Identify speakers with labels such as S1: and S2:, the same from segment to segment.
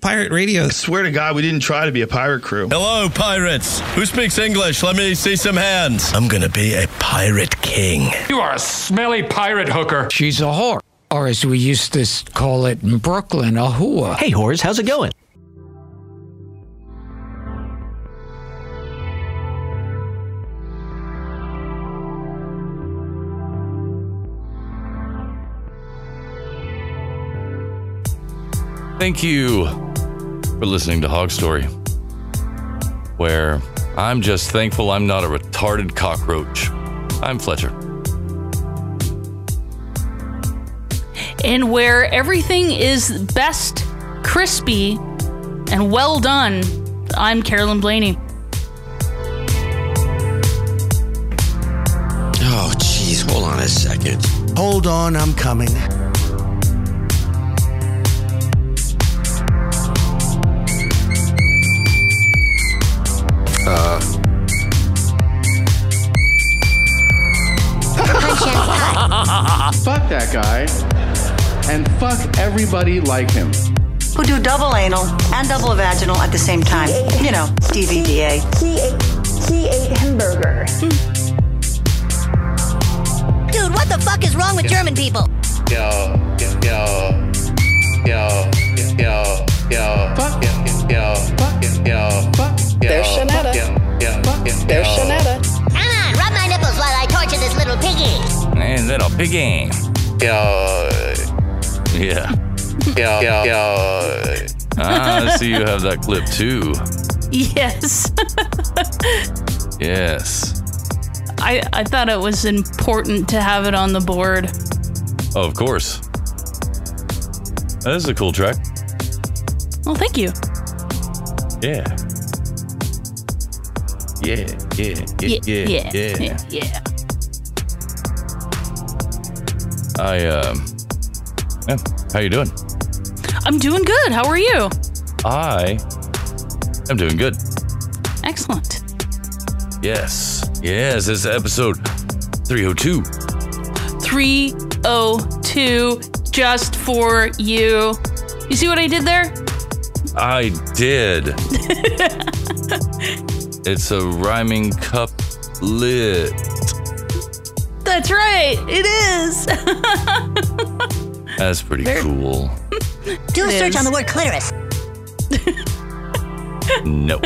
S1: pirate radio.
S2: Swear to God, we didn't try to be a pirate crew.
S3: Hello, pirates. Who speaks English? Let me see some hands. I'm gonna be a pirate king.
S4: You are a smelly pirate hooker.
S5: She's a whore, or as we used to s- call it in Brooklyn, a whore.
S6: Hey, whores, how's it going?
S7: Thank you for listening to Hog Story, where I'm just thankful I'm not a retarded cockroach. I'm Fletcher.
S8: and where everything is best, crispy, and well done. I'm Carolyn Blaney.
S9: Oh, jeez, hold on a second.
S10: Hold on, I'm coming.
S11: fuck that guy and fuck everybody like him.
S12: who do double anal and double vaginal at the same time. You know, DVDA.
S13: He ate, he ate hamburger.
S14: Dude, what the fuck is wrong with German people?
S15: Yo, yo, yo, yo, yo, yo, fuck, yo, yo, fuck, yo, fuck.
S16: There's Shanetta.
S15: There's
S14: Come on, rub my nipples while I torture this little piggy.
S7: And little piggy.
S15: Yo,
S7: Yeah.
S15: yo, yo, yo.
S7: Ah, I see you have that clip too.
S8: Yes,
S7: Yes.
S8: I, I thought it was important to have it on the board.
S7: Of course. That is a cool track.
S8: Well, thank you.
S7: Yeah. Yeah, yeah, yeah, yeah, yeah.
S8: yeah.
S7: I, um, yeah. How you doing?
S8: I'm doing good. How are you?
S7: I am doing good.
S8: Excellent.
S7: Yes. Yes, this is episode 302.
S8: 302 just for you. You see what I did there?
S7: I did. it's a rhyming couplet.
S8: That's right. It is.
S7: That's pretty cool.
S14: Do a
S8: It
S14: search
S8: is.
S14: on the word clitoris.
S7: No.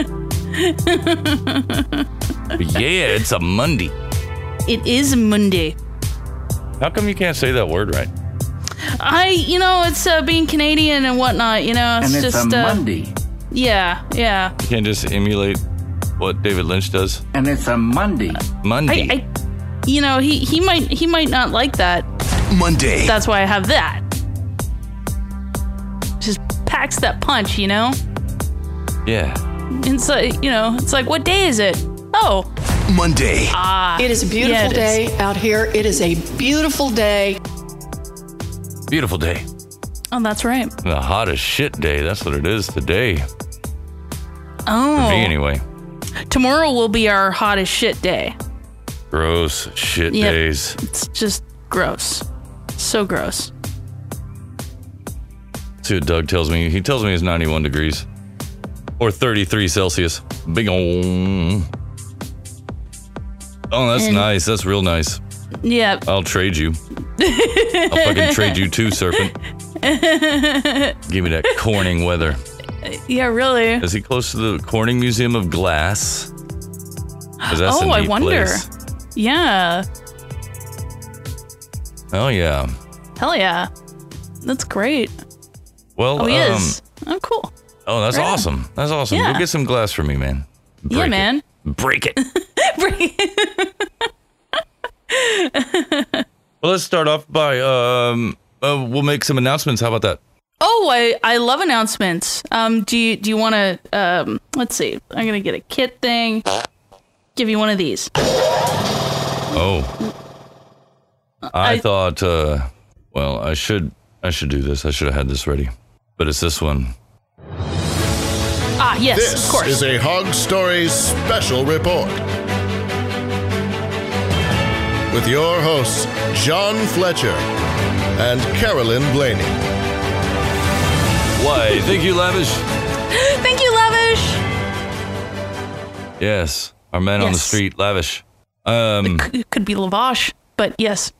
S7: yeah, it's a Monday.
S8: it is Monday.
S7: How come you can't say that word right?
S8: I, you know, it's uh, being Canadian and whatnot. You know, it's just uh, Yeah, yeah.
S7: You can't just emulate what David Lynch does.
S11: And it's a Monday.
S7: Monday.
S8: I, I, you know, he he might he might not like that.
S3: Monday.
S8: That's why I have that. Just packs that punch, you know.
S7: yeah.
S8: It's like you know, it's like what day is it? Oh,
S3: Monday.
S8: ah,
S16: It is a beautiful
S8: Yeah, it is.
S16: day out here. It is a beautiful day.
S7: Beautiful day.
S8: Oh, that's right.
S7: The hottest shit day. That's what it is today. For
S8: Oh,
S7: me, anyway.
S8: tomorrow will be our hottest shit day.
S7: Gross shit
S8: Yep.
S7: days.
S8: It's just gross, so gross.
S7: See what Doug tells me. He tells me it's 91 degrees or 33 Celsius. Big on. Oh, that's
S8: And-
S7: nice. That's real nice.
S8: Yeah,
S7: I'll trade you. I'll fucking trade you too, serpent. Give me that Corning weather.
S8: yeah, really.
S7: Is he close to the Corning Museum of Glass? 'Cause that's a
S8: oh, I
S7: neat
S8: wonder.
S7: place.
S8: Yeah,
S7: Oh yeah.
S8: hell yeah, that's great.
S7: Well,
S8: Oh, he
S7: um,
S8: is. Oh, cool.
S7: oh, that's
S8: Right on.
S7: awesome. That's awesome.
S8: Yeah.
S7: Go get some glass for me, man.
S8: yeah,
S7: Break it.
S8: man.
S7: Break it. Well, let's start off by um, uh, we'll make some announcements. How about that?
S8: oh, I, I love announcements. Um, do you do you want to um? Let's see. I'm gonna get a kit thing. Give you one of these.
S7: Oh, I,
S8: I-
S7: thought. Uh, well, I should I should do this. I should have had this ready, but it's this one.
S8: Ah, yes,
S17: This
S8: of course.
S17: is a Hog Stories special report. With your hosts, John Fletcher and Carolyn Blaney.
S7: Why? Thank you, Lavish.
S8: Thank you, Lavish.
S7: Yes, our man on the
S8: Yes.
S7: street, Lavish. Um,
S8: It could be Lavash, but yes.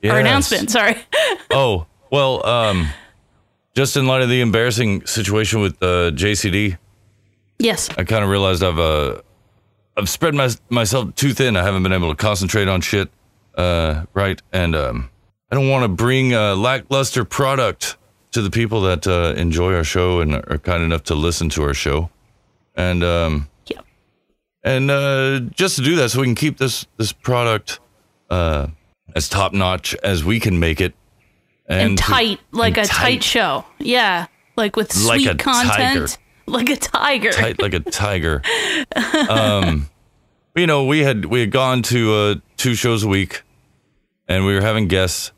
S7: yes.
S8: Our announcement, sorry.
S7: oh well um just in light of the embarrassing situation with uh jcd
S8: Yes.
S7: i kind of realized i've uh i've spread my, myself too thin i haven't been able to concentrate on shit uh right and um i don't want to bring uh lackluster product to the people that uh enjoy our show and are kind enough to listen to our show and um
S8: yeah
S7: and uh just to do that so we can keep this this product uh as top notch as we can make it
S8: And,
S7: to-
S8: tight, like
S7: and
S8: a tight. show. Yeah. Like with
S7: Like
S8: sweet
S7: a tiger.
S8: content. Like a tiger.
S7: tight like a tiger. um, you know, we had we had gone to uh, two shows a week, and we were having guests,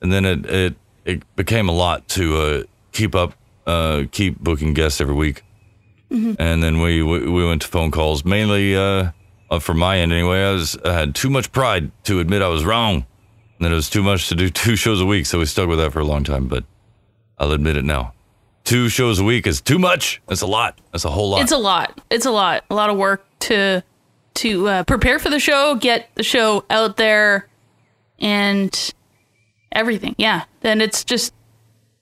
S7: and then it it, it became a lot to uh, keep up, uh, keep booking guests every week,
S18: Mm-hmm.
S15: Mhm.
S7: and then we, we we went to phone calls mainly uh, uh, from my end anyway. I was I had too much pride to admit I was wrong, and that it was too much to do two shows a week, so we stuck with that for a long time. But I'll admit it now. Two shows a week is too much. That's a lot. That's a whole lot.
S8: It's a lot. It's a lot. A lot of work to to uh, prepare for the show, get the show out there, and everything. Yeah. Then it's just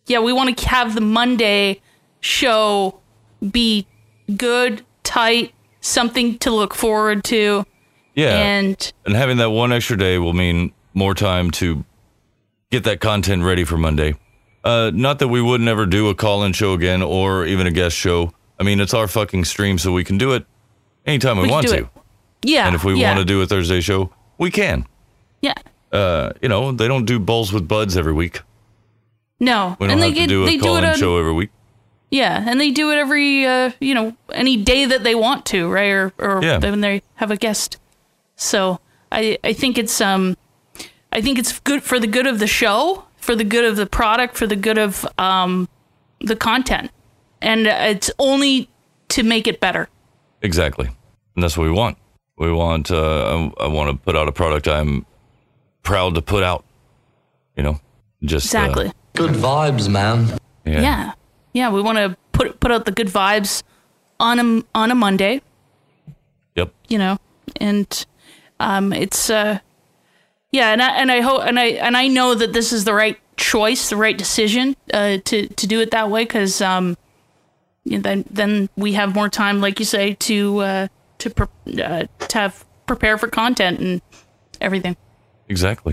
S8: yeah. We want to have the Monday show be good, tight, something to look forward to.
S7: Yeah.
S8: And
S7: And having that one extra day will mean more time to get that content ready for Monday. Uh, not that we would never do a call in show again or even a guest show. I mean, it's our fucking stream, so we can do it anytime we,
S8: We can
S7: want
S8: do
S7: to.
S8: it. yeah.
S7: and if we
S8: yeah,
S7: want to do a Thursday show, we can.
S8: yeah.
S7: Uh, you know, they don't do bowls with buds every week.
S8: No.
S7: We don't have to do a call in
S8: on-
S7: show every week.
S8: Yeah, and they do it every uh, you know any day that they want to, right? Or or
S7: Yeah.
S8: when they have a guest. So I I think it's um I think it's good for the good of the show, for the good of the product, for the good of um the content, and it's only to make it better.
S7: Exactly. And that's what we want. We want, uh, I, I want to put out a product I'm proud to put out, you know, just uh,
S8: Exactly.
S1: Good vibes, man.
S8: Yeah, yeah, we want to put put out the good vibes on a on a Monday.
S7: Yep.
S8: you know and um it's uh yeah and i and i hope and i and i know that this is the right choice the right decision uh to to do it that way because um you know, then then we have more time like you say to uh to pre- uh, to have prepare for content and everything
S7: Exactly.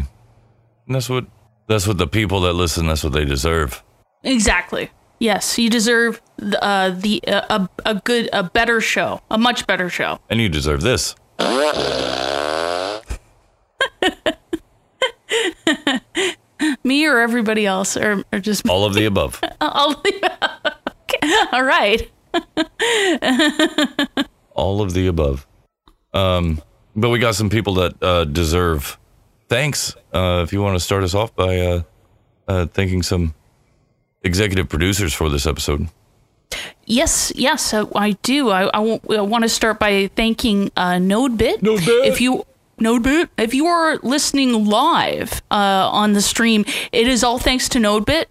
S7: And that's what that's what the people that listen, that's what they deserve.
S8: exactly yes you deserve the uh the uh, a, a good a better show a much better show
S7: And you deserve this.
S8: me or everybody else or, or just
S7: All of the above.
S8: I'll leave. Okay. All right.
S7: All of the above. Um but we got some people that uh deserve thanks. Uh if you want to start us off by uh uh thanking some executive producers for this episode.
S8: Yes, yes, I, I do. I, I, wa- I want to start by thanking uh, NodeBit. NodeBit. If you NodeBit, if you are listening live uh, on the stream, it is all thanks to NodeBit.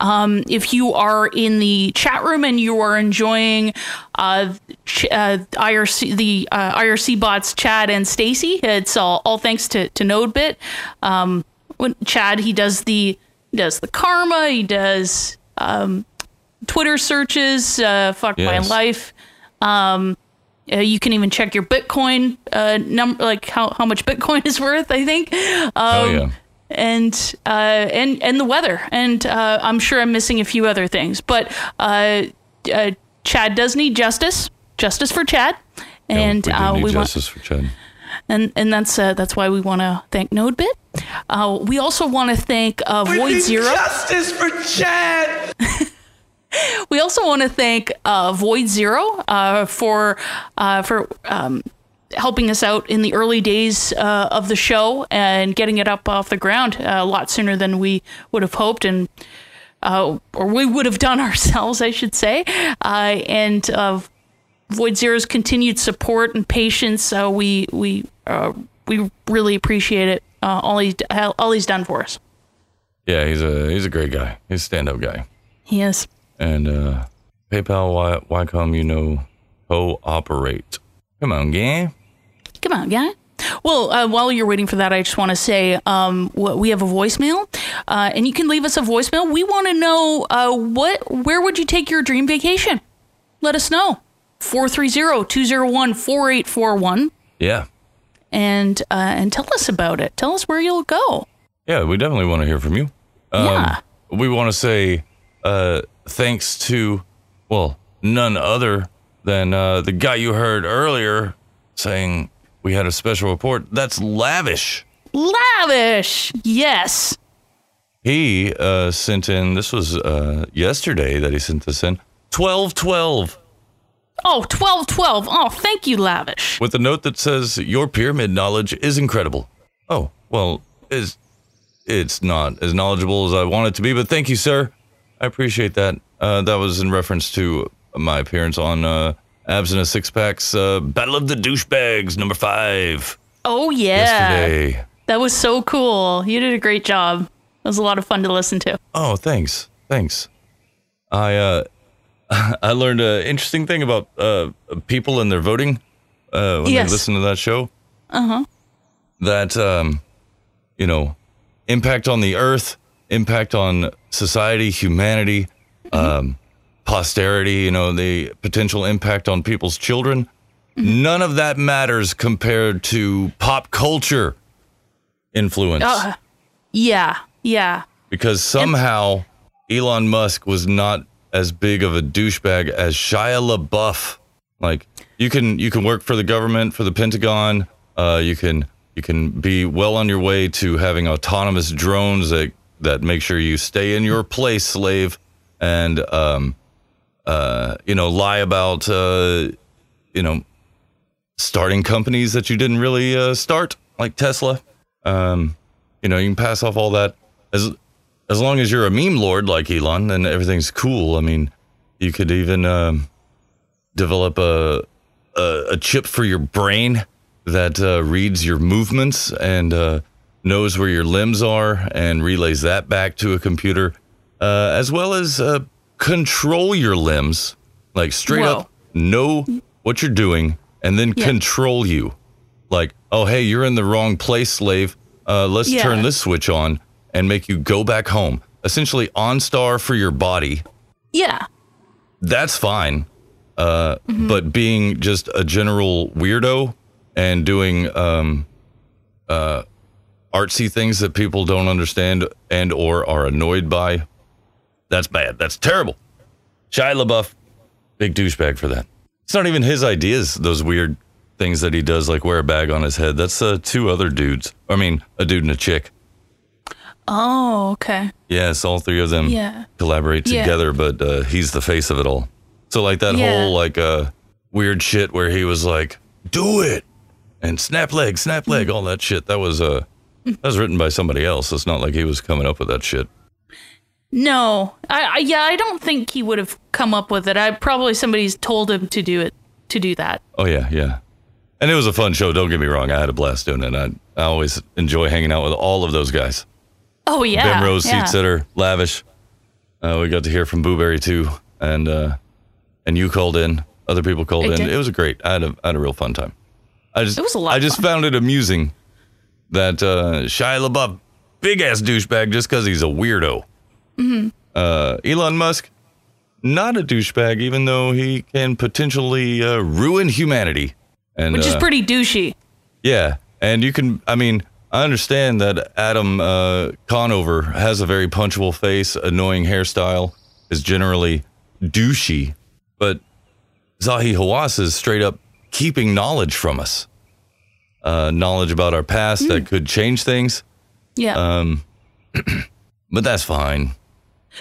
S8: Um, if you are in the chat room and you are enjoying uh, ch- uh, IRC the uh, IRC bots Chad and Stacy, it's all, all thanks to to NodeBit. Um, when Chad he does the does the karma, he does um, Twitter searches, uh, fuck my
S6: Yes.
S8: life. Um, uh, you can even check your Bitcoin uh, number, like how, how much Bitcoin is worth. I think. Um,
S7: yeah.
S8: And uh, and and the weather, and uh, I'm sure I'm missing a few other things, but uh, uh, Chad does need justice, justice for Chad, and
S7: we do
S8: uh,
S7: need
S8: we want
S7: justice for Chad.
S8: and and that's uh, that's why we want to thank NodeBit. Uh, we also want to thank uh, Void Zero. Justice for Chad. we also want to thank uh, Void Zero uh, for uh, for um, helping us out in the early days uh, of the show and getting it up off the ground uh, a lot sooner than we would have hoped and. Uh, or we would have done ourselves, I should say. Uh, and uh, Void Zero's continued support and patience. Uh, we we uh, we really appreciate it. Uh, all he all he's done for us.
S7: Yeah, he's a he's a great guy. He's a stand up guy.
S8: Yes.
S7: And uh, PayPal, why, why come you know cooperate? Come on, gang.
S8: Come on, guy. Well, uh, while you're waiting for that, I just want to say um, wh- we have a voicemail, uh, and you can leave us a voicemail. We want to know uh, what, where would you take your dream vacation? Let us know. 430-201-4841
S7: Yeah.
S8: and uh, and tell us about it. Tell us where you'll go.
S7: Yeah, we definitely want to hear from you. Um, We want to say uh, thanks to, well, none other than uh, the guy you heard earlier saying we had a special report. That's lavish.
S8: Lavish. Yes.
S7: He uh, sent in, this was uh, yesterday that he sent this in, 1212
S8: Oh, 12 12. Oh, thank you, Lavish.
S7: with a note that says, Your pyramid knowledge is incredible. Oh, well, is it's not as knowledgeable as I want it to be, but thank you, sir. I appreciate that. Uh, that was in reference to my appearance on uh, Abs and a Six Pack's uh, Battle of the Douchebags, number five.
S8: Oh yeah.
S7: Yesterday.
S8: That was so cool. You did a great job. It was a lot of fun to listen to.
S7: Oh, thanks, thanks. I uh, I learned an interesting thing about uh, people and their voting uh, when
S8: Yes.
S7: they listen to that show.
S8: Uh-huh.
S7: that um, you know impact on the earth impact on society humanity um, posterity you know the potential impact on people's children none of that matters compared to pop culture influence
S8: Uh, yeah. Yeah.
S7: because somehow Elon Musk was not as big of a douchebag as Shia LaBeouf. Like you can you can work for the government for the Pentagon. Uh, you can you can be well on your way to having autonomous drones that that make sure you stay in your place, slave, and um, uh, you know lie about uh, you know starting companies that you didn't really uh, start, like Tesla. Um, you know, you can pass off all that as as long as you're a meme lord like Elon, then everything's cool. I mean, you could even um, develop a, a a chip for your brain that uh, reads your movements and uh, knows where your limbs are and relays that back to a computer, uh, as well as uh, control your limbs, like straight up know what you're doing and then
S6: Yeah.
S7: control you. Like, oh hey, you're in the wrong place, slave. Uh, let's
S6: Yeah.
S7: turn this switch on and make you go back home. Essentially, OnStar for your body
S8: Yeah.
S7: that's fine. Uh, But being just a general weirdo and doing um, uh, artsy things that people don't understand and or are annoyed by, that's bad. That's terrible. Shia LaBeouf, big douchebag for that. It's not even his ideas. Those weird things that he does, like wear a bag on his head. That's uh, two other dudes. I mean, a dude and a chick.
S8: Oh, okay.
S7: Yes, all three of them
S8: Yeah.
S7: collaborate
S8: Yeah.
S7: together, but uh, he's the face of it all. So like that
S8: Yeah.
S7: whole like uh, weird shit where he was like, "Do it," and snap leg, snap leg, all that shit. That was uh, that was written by somebody else. It's not like he was coming up with that shit.
S8: No. I, I yeah, I don't think he would have come up with it. I probably somebody's told him to do it to do that.
S7: Oh yeah, yeah. And it was a fun show. Don't get me wrong. I had a blast doing it. I I always enjoy hanging out with all of those guys.
S8: Oh yeah.
S7: Ben Rose,
S8: yeah.
S7: seat sitter, lavish. Uh, we got to hear from Booberry too, and uh, and you called in. Other people called
S8: I
S7: in.
S8: did.
S7: It was great. I had a I had a real fun time. I just
S8: It was a lot
S7: I
S8: of
S7: just found it amusing that uh, Shia LaBeouf, big ass douchebag, just because he's a weirdo.
S8: hmm
S7: Uh, Elon Musk, not a douchebag, even though he can potentially uh, ruin humanity. And
S8: Which is
S7: uh,
S8: pretty douchey.
S7: yeah, and you can. I mean, I understand that Adam uh, Conover has a very punchable face, annoying hairstyle, is generally douchey, but Zahi Hawass is straight up keeping knowledge from us, uh, knowledge about our past that could change things.
S8: Hmm. Yeah.
S7: Um, but that's fine.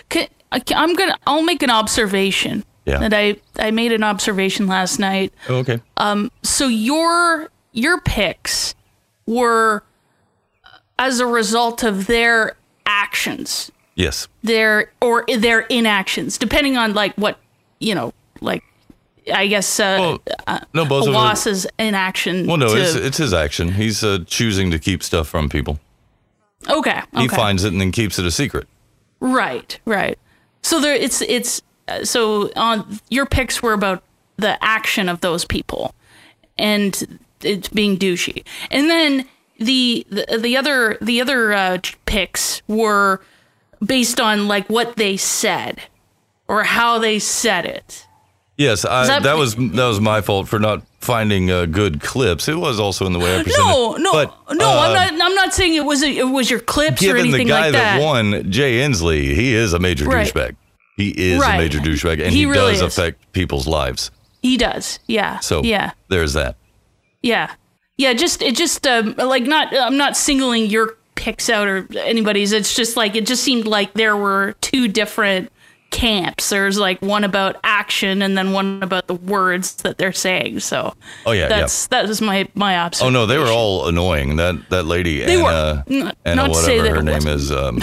S8: Ca I ca- I'm gonna. I'll make an observation.
S7: Yeah.
S8: That I I made an observation last night.
S7: Okay.
S8: Um. So your your picks were uh, as a result of their actions,
S7: Yes.
S8: their or their inactions, depending on like what you know, like I guess. Uh, uh,
S7: no, both of them-
S8: Hawassa's inaction.
S7: Well, no,
S8: Mm, to-
S7: it's it's his action. He's uh, choosing to keep stuff from people.
S8: okay.
S7: He
S8: okay.
S7: finds it and then keeps it a secret.
S8: Right, right. So there, it's it's uh, so on your picks were about the action of those people and it's being douchey. And then the the, the other the other uh, picks were based on like what they said or how they said it.
S7: Yes, I,
S8: Is
S7: that,
S8: that-
S7: was that was my fault for not finding uh, good clips. It was also in the way I presented.
S8: No, no,
S7: but,
S8: no.
S7: uh,
S8: I'm not. I'm not saying it was a, it was your clips or
S7: Given
S8: anything
S7: the guy
S8: like
S7: that.
S8: that.
S7: won, Jay Inslee, he is a major
S8: Right.
S7: douchebag. He is
S8: Right.
S7: a major douchebag, and
S8: He
S7: he,
S8: really
S7: does
S8: is.
S7: affect people's lives.
S8: He does. Yeah.
S7: So
S8: yeah.
S7: there's that.
S8: Yeah. Yeah, just it just um, like not I'm not singling your picks out or anybody's. It's just like it just seemed like there were two different camps. There's like one about action and then one about the words that they're saying. So
S7: Oh, yeah, yeah.
S8: that's that was my my
S7: Oh
S8: observation.
S7: no, they were all annoying. That that lady
S8: They were.
S7: Anna,
S8: N-
S7: Anna
S8: not to say
S7: whatever
S8: that
S7: her
S8: it
S7: name is, um,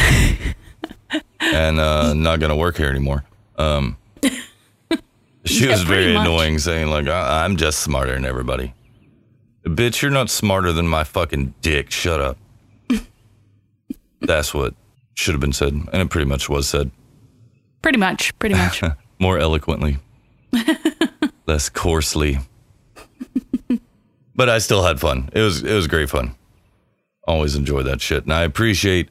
S7: and uh, not gonna work here anymore. Um, she
S8: Yeah,
S7: was very
S8: pretty much.
S7: annoying, saying like, I- "I'm just smarter than everybody." Bitch, you're not smarter than my fucking dick. Shut up. That's what should have been said, and it pretty much was said
S8: Pretty much, pretty much.
S7: more eloquently, less coarsely. but I still had fun. It was it was great fun. Always enjoy that shit, and I appreciate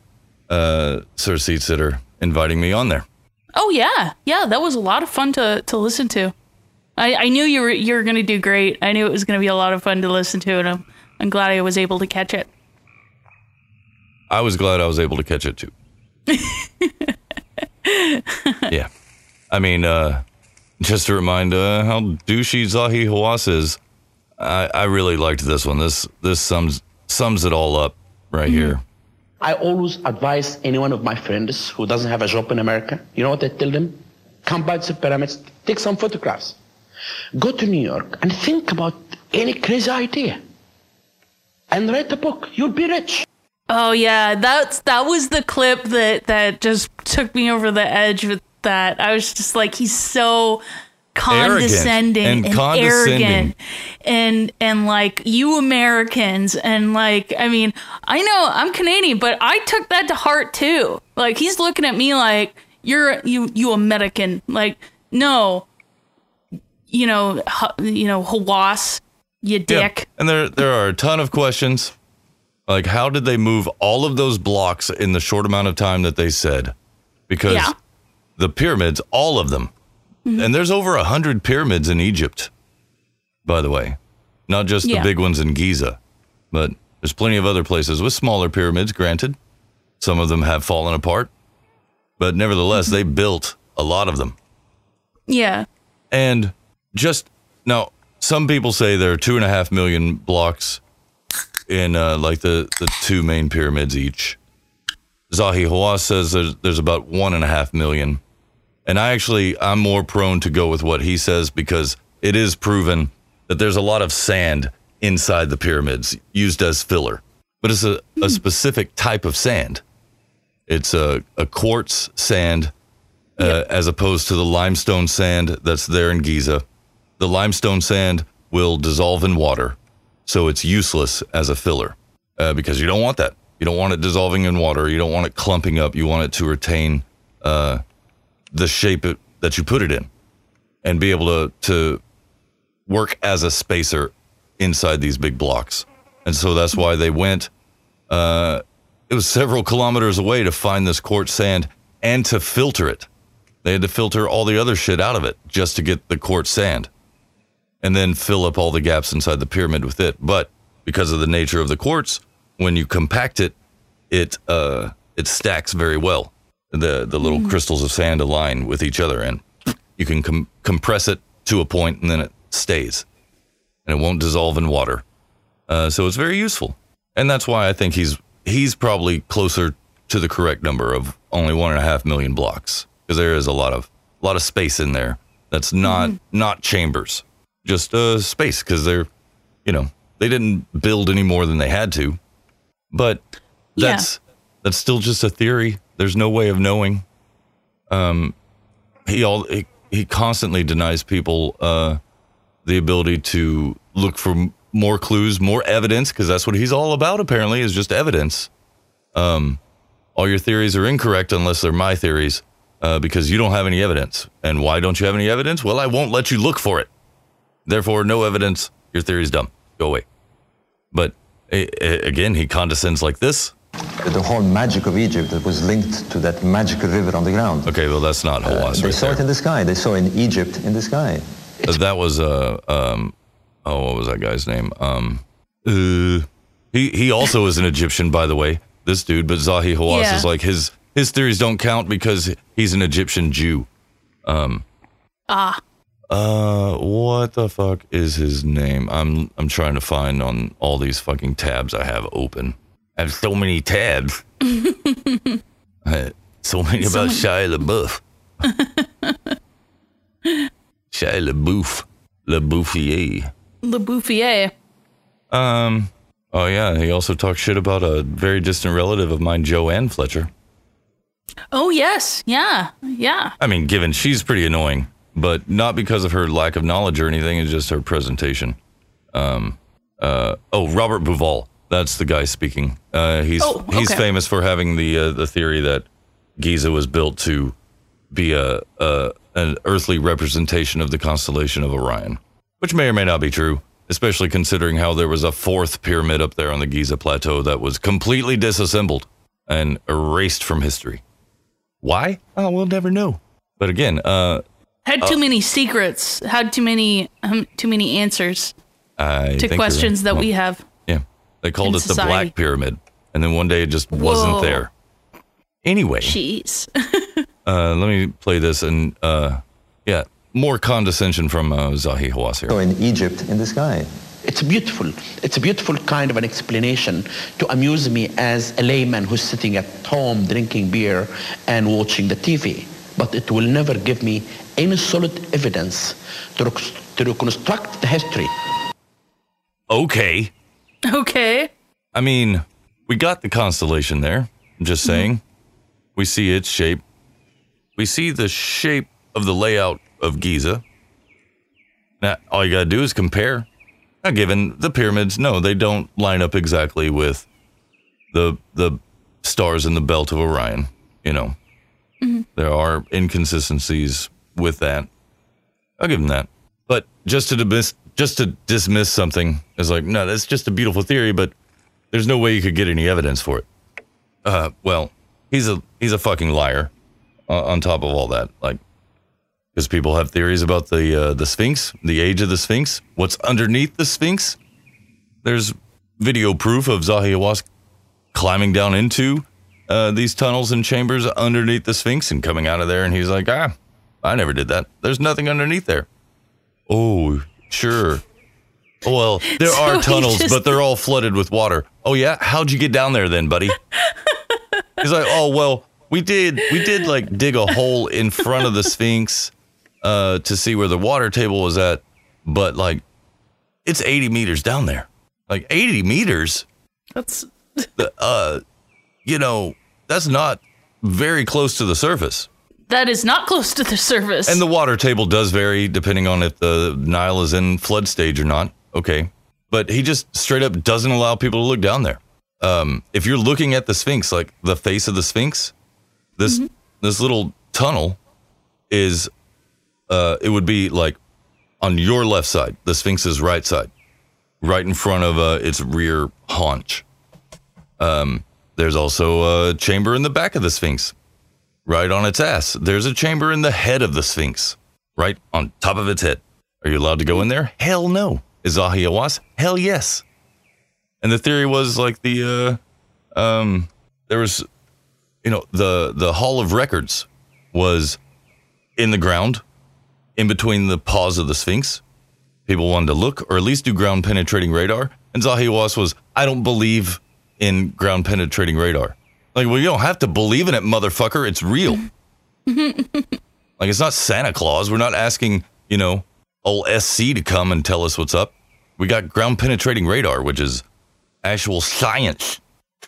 S7: uh, Sir Seat Sitter inviting me on there.
S8: oh yeah. Yeah, that was a lot of fun to to listen to. I, I knew you were you were gonna do great. I knew it was gonna be a lot of fun to listen to and I'm I'm glad I was able to catch it.
S7: I was glad I was able to catch it too. yeah, I mean, uh, just to remind uh, how douchey Zahi Hawass is. I, I really liked this one. This this sums sums it all up right here.
S6: I always advise any one of my friends who doesn't have a job in America, you know what I tell them? Come by to the pyramids, take some photographs. Go to New York and think about any crazy idea. And write a book. You'll be rich.
S8: Oh yeah, that's that was the clip that that just took me over the edge with that. I was just like, he's so
S7: Arrogant and
S8: condescending and,
S7: condescending.
S8: arrogant and and like you Americans and like I mean, I know I'm Canadian, but I took that to heart too. Like he's looking at me like you're you you American. Like no, you know ha, you know Hawass, you dick.
S7: And there there are a ton of questions. Like how did they move all of those blocks in the short amount of time that they said? Because
S8: Yeah.
S7: the pyramids, all of them.
S8: Mhm.
S7: And there's over a hundred pyramids in Egypt, by the way. Not just
S8: Yeah.
S7: the big ones in Giza, but there's plenty of other places with smaller pyramids, granted. Some of them have fallen apart. But nevertheless,
S8: Mm-hmm.
S7: they built a lot of them.
S8: Yeah.
S7: And just now, some people say there are two and a half million blocks in uh, like the, the two main pyramids each. Zahi Hawass says there's, there's about one and a half million. And I actually, I'm more prone to go with what he says because it is proven that there's a lot of sand inside the pyramids used as filler. But it's a, a specific type of sand. It's a, a quartz sand uh, as opposed to the limestone sand that's there in Giza. The limestone sand will dissolve in water, so it's useless as a filler uh, because you don't want that. You don't want it dissolving in water. You don't want it clumping up. You want it to retain uh, the shape it, that you put it in and be able to, to work as a spacer inside these big blocks. And so that's why they went. Uh, it was several kilometers away to find this quartz sand and to filter it. They had to filter all the other shit out of it just to get the quartz sand and then fill up all the gaps inside the pyramid with it. But because of the nature of the quartz, when you compact it, it uh, it stacks very well. The the little
S19: Mm.
S7: crystals of sand align with each other, and you can com- compress it to a point, and then it stays, and it won't dissolve in water. Uh, so it's very useful, and that's why I think he's he's probably closer to the correct number of only one and a half million blocks because there is a lot of a lot of space in there that's not not chambers, just uh, space because they're you know they didn't build any more than they had to, but
S8: Yeah.
S7: that's that's still just a theory. There's no way of knowing. Um, he all he, he constantly denies people uh, the ability to look for m- more clues, more evidence, because that's what he's all about. Apparently, is just evidence. Um, all your theories are incorrect unless they're my theories, uh, because you don't have any evidence. And why don't you have any evidence? Well, I won't let you look for it. Therefore, no evidence. Your theory is dumb. Go away. But a- a- again, he condescends like this.
S19: The whole magic of Egypt that was linked to that magical river on the ground. Uh,
S7: Okay, well, that's not Hawass.
S19: they
S7: right
S19: saw it in the sky. They saw in Egypt in the sky.
S7: Uh, that was uh um oh what was that guy's name um uh, he he also is an Egyptian by the way this dude but Zahi Hawass
S8: Yeah.
S7: is like his his theories don't count because he's an Egyptian Jew um
S8: Ah,
S7: uh what the fuck is his name I'm I'm trying to find on all these fucking tabs I have open I have so many tabs Uh, so many
S8: So
S7: about
S8: many.
S7: Shia LaBeouf Shia LaBeouf LaBouffier
S8: Le Bouffier.
S7: Um. Oh yeah, he also talked shit about a very distant relative of mine, Joanne Fletcher.
S8: Oh, yes. Yeah. Yeah.
S7: I mean, given she's pretty annoying, but not because of her lack of knowledge or anything. It's just her presentation. Um. Uh. Oh, Robert Buval. That's the guy speaking. Uh. He's
S8: Oh,
S7: he's
S8: okay.
S7: famous for having the uh, the theory that Giza was built to be a, a an earthly representation of the constellation of Orion, which may or may not be true, especially considering how there was a fourth pyramid up there on the Giza plateau that was completely disassembled and erased from history. Why? Oh, we'll never know. But again, uh,
S8: Had
S7: uh,
S8: too many secrets. Had too many um, too many answers
S7: I think
S8: to
S7: you're right.
S8: questions that we
S7: Well,
S8: have.
S7: Yeah, they called
S8: in
S7: it
S8: society.
S7: the Black Pyramid, and then one day it just wasn't
S8: Whoa.
S7: there. Anyway,
S8: Jeez.
S7: uh, let me play this and uh, yeah, more condescension from uh, Zahi Hawass here.
S19: So in Egypt in the sky.
S6: It's beautiful. It's a beautiful kind of an explanation to amuse me as a layman who's sitting at home drinking beer and watching the TV. But it will never give me any solid evidence to, rec- to reconstruct the history.
S7: Okay.
S8: Okay.
S7: I mean, we got the constellation there. I'm just saying. We see its shape. We see the shape of the layout of Giza. Now, all you got to do is compare. Now, given the pyramids, no, they don't line up exactly with the the stars in the belt of Orion, you know. There are inconsistencies with that. I'll give him that. But just to dismiss, just to dismiss something is like, no, that's just a beautiful theory, but there's no way you could get any evidence for it. Uh, well, he's a he's a fucking liar. Uh, on top of all that, like, because people have theories about the uh, the Sphinx, the age of the Sphinx, what's underneath the Sphinx. There's video proof of Zahi Hawass climbing down into uh, these tunnels and chambers underneath the Sphinx and coming out of there. And he's like, ah, I never did that. There's nothing underneath there. Oh, sure. Oh, Well, there
S18: So
S7: are
S18: he
S7: tunnels,
S18: just-
S7: but they're all flooded with water. Oh yeah, how'd you get down there then, buddy? he's like, oh well, we did we did like dig a hole in front of the Sphinx uh, to see where the water table was at, but like it's 80 meters down there. Like 80 meters?
S8: That's
S7: The- uh, you know, that's not very close to the surface.
S8: that is not close to the surface.
S7: And the water table does vary depending on if the Nile is in flood stage or not. Okay. But he just straight up doesn't allow people to look down there. Um, if you're looking at the Sphinx, like the face of the Sphinx, this this little tunnel is uh it would be like on your left side, the Sphinx's right side, right in front of uh, its rear haunch. Um, there's also a chamber in the back of the Sphinx, right on its ass. There's a chamber in the head of the Sphinx, right on top of its head. Are you allowed to go in there? Hell no. Is Zahi Hawass? Hell yes. And the theory was like the, uh, um, there was, you know, the the Hall of Records was in the ground, in between the paws of the Sphinx. People wanted to look, or at least do ground penetrating radar. And Zahi Hawass was, I don't believe in ground penetrating radar. Like, well, you don't have to believe in it, motherfucker. It's real. Like it's not Santa Claus. We're not asking, you know, old SC to come and tell us what's up. We got ground penetrating radar, which is actual science.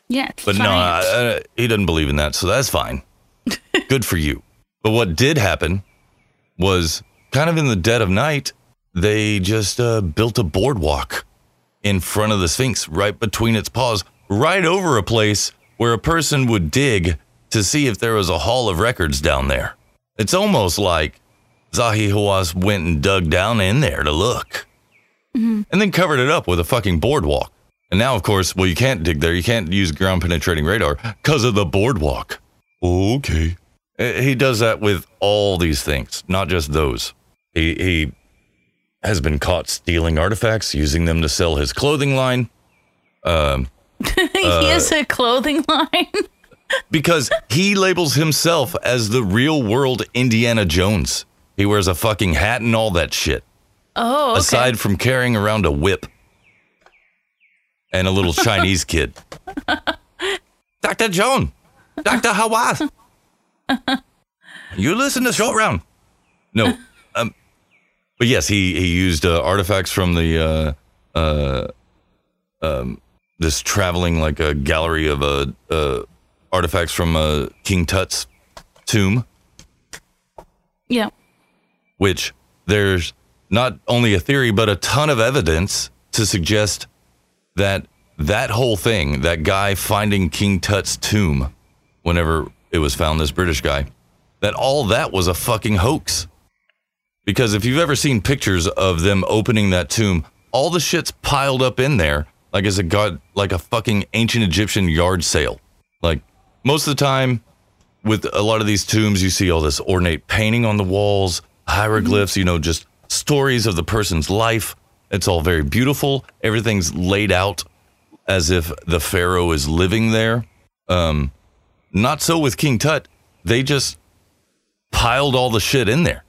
S8: yeah.
S7: But no,
S8: fine.
S7: uh, he doesn't believe in that, so that's fine. Good for you. But what did happen was kind of in the dead of night, they just uh, built a boardwalk in front of the Sphinx, right between its paws, right over a place where a person would dig to see if there was a hall of records down there. It's almost like Zahi Hawass went and dug down in there to look and then covered it up with a fucking boardwalk. And now, of course, well, you can't dig there. You can't use ground penetrating radar because of the boardwalk. Okay. Eh, He does that with all these things, not just those. He, he has been caught stealing artifacts, using them to sell his clothing line. Um,
S8: he has a clothing line.
S7: because he labels himself as the real world Indiana Jones. He wears a fucking hat and all that shit.
S8: Oh, okay.
S7: Aside from carrying around a whip and a little Chinese kid. Dr. Joan, Dr. Hawass, you listen to Short Round. No, um, but yes, he, he used uh, artifacts from the, uh, uh, um, this traveling like a gallery of, uh, uh, artifacts from, uh, King Tut's tomb
S8: Yeah.
S7: which there's not only a theory but a ton of evidence to suggest that that whole thing, that guy finding King Tut's tomb whenever it was found, this British guy, that all that was a fucking hoax. Because if you've ever seen pictures of them opening that tomb, all the shit's piled up in there like it's a god like a fucking ancient Egyptian yard sale. Like most of the time with a lot of these tombs you see all this ornate painting on the walls, hieroglyphs, you know, just stories of the person's life. It's all very beautiful. Everything's laid out as if the pharaoh is living there. Um not so with King Tut. They just piled all the shit in there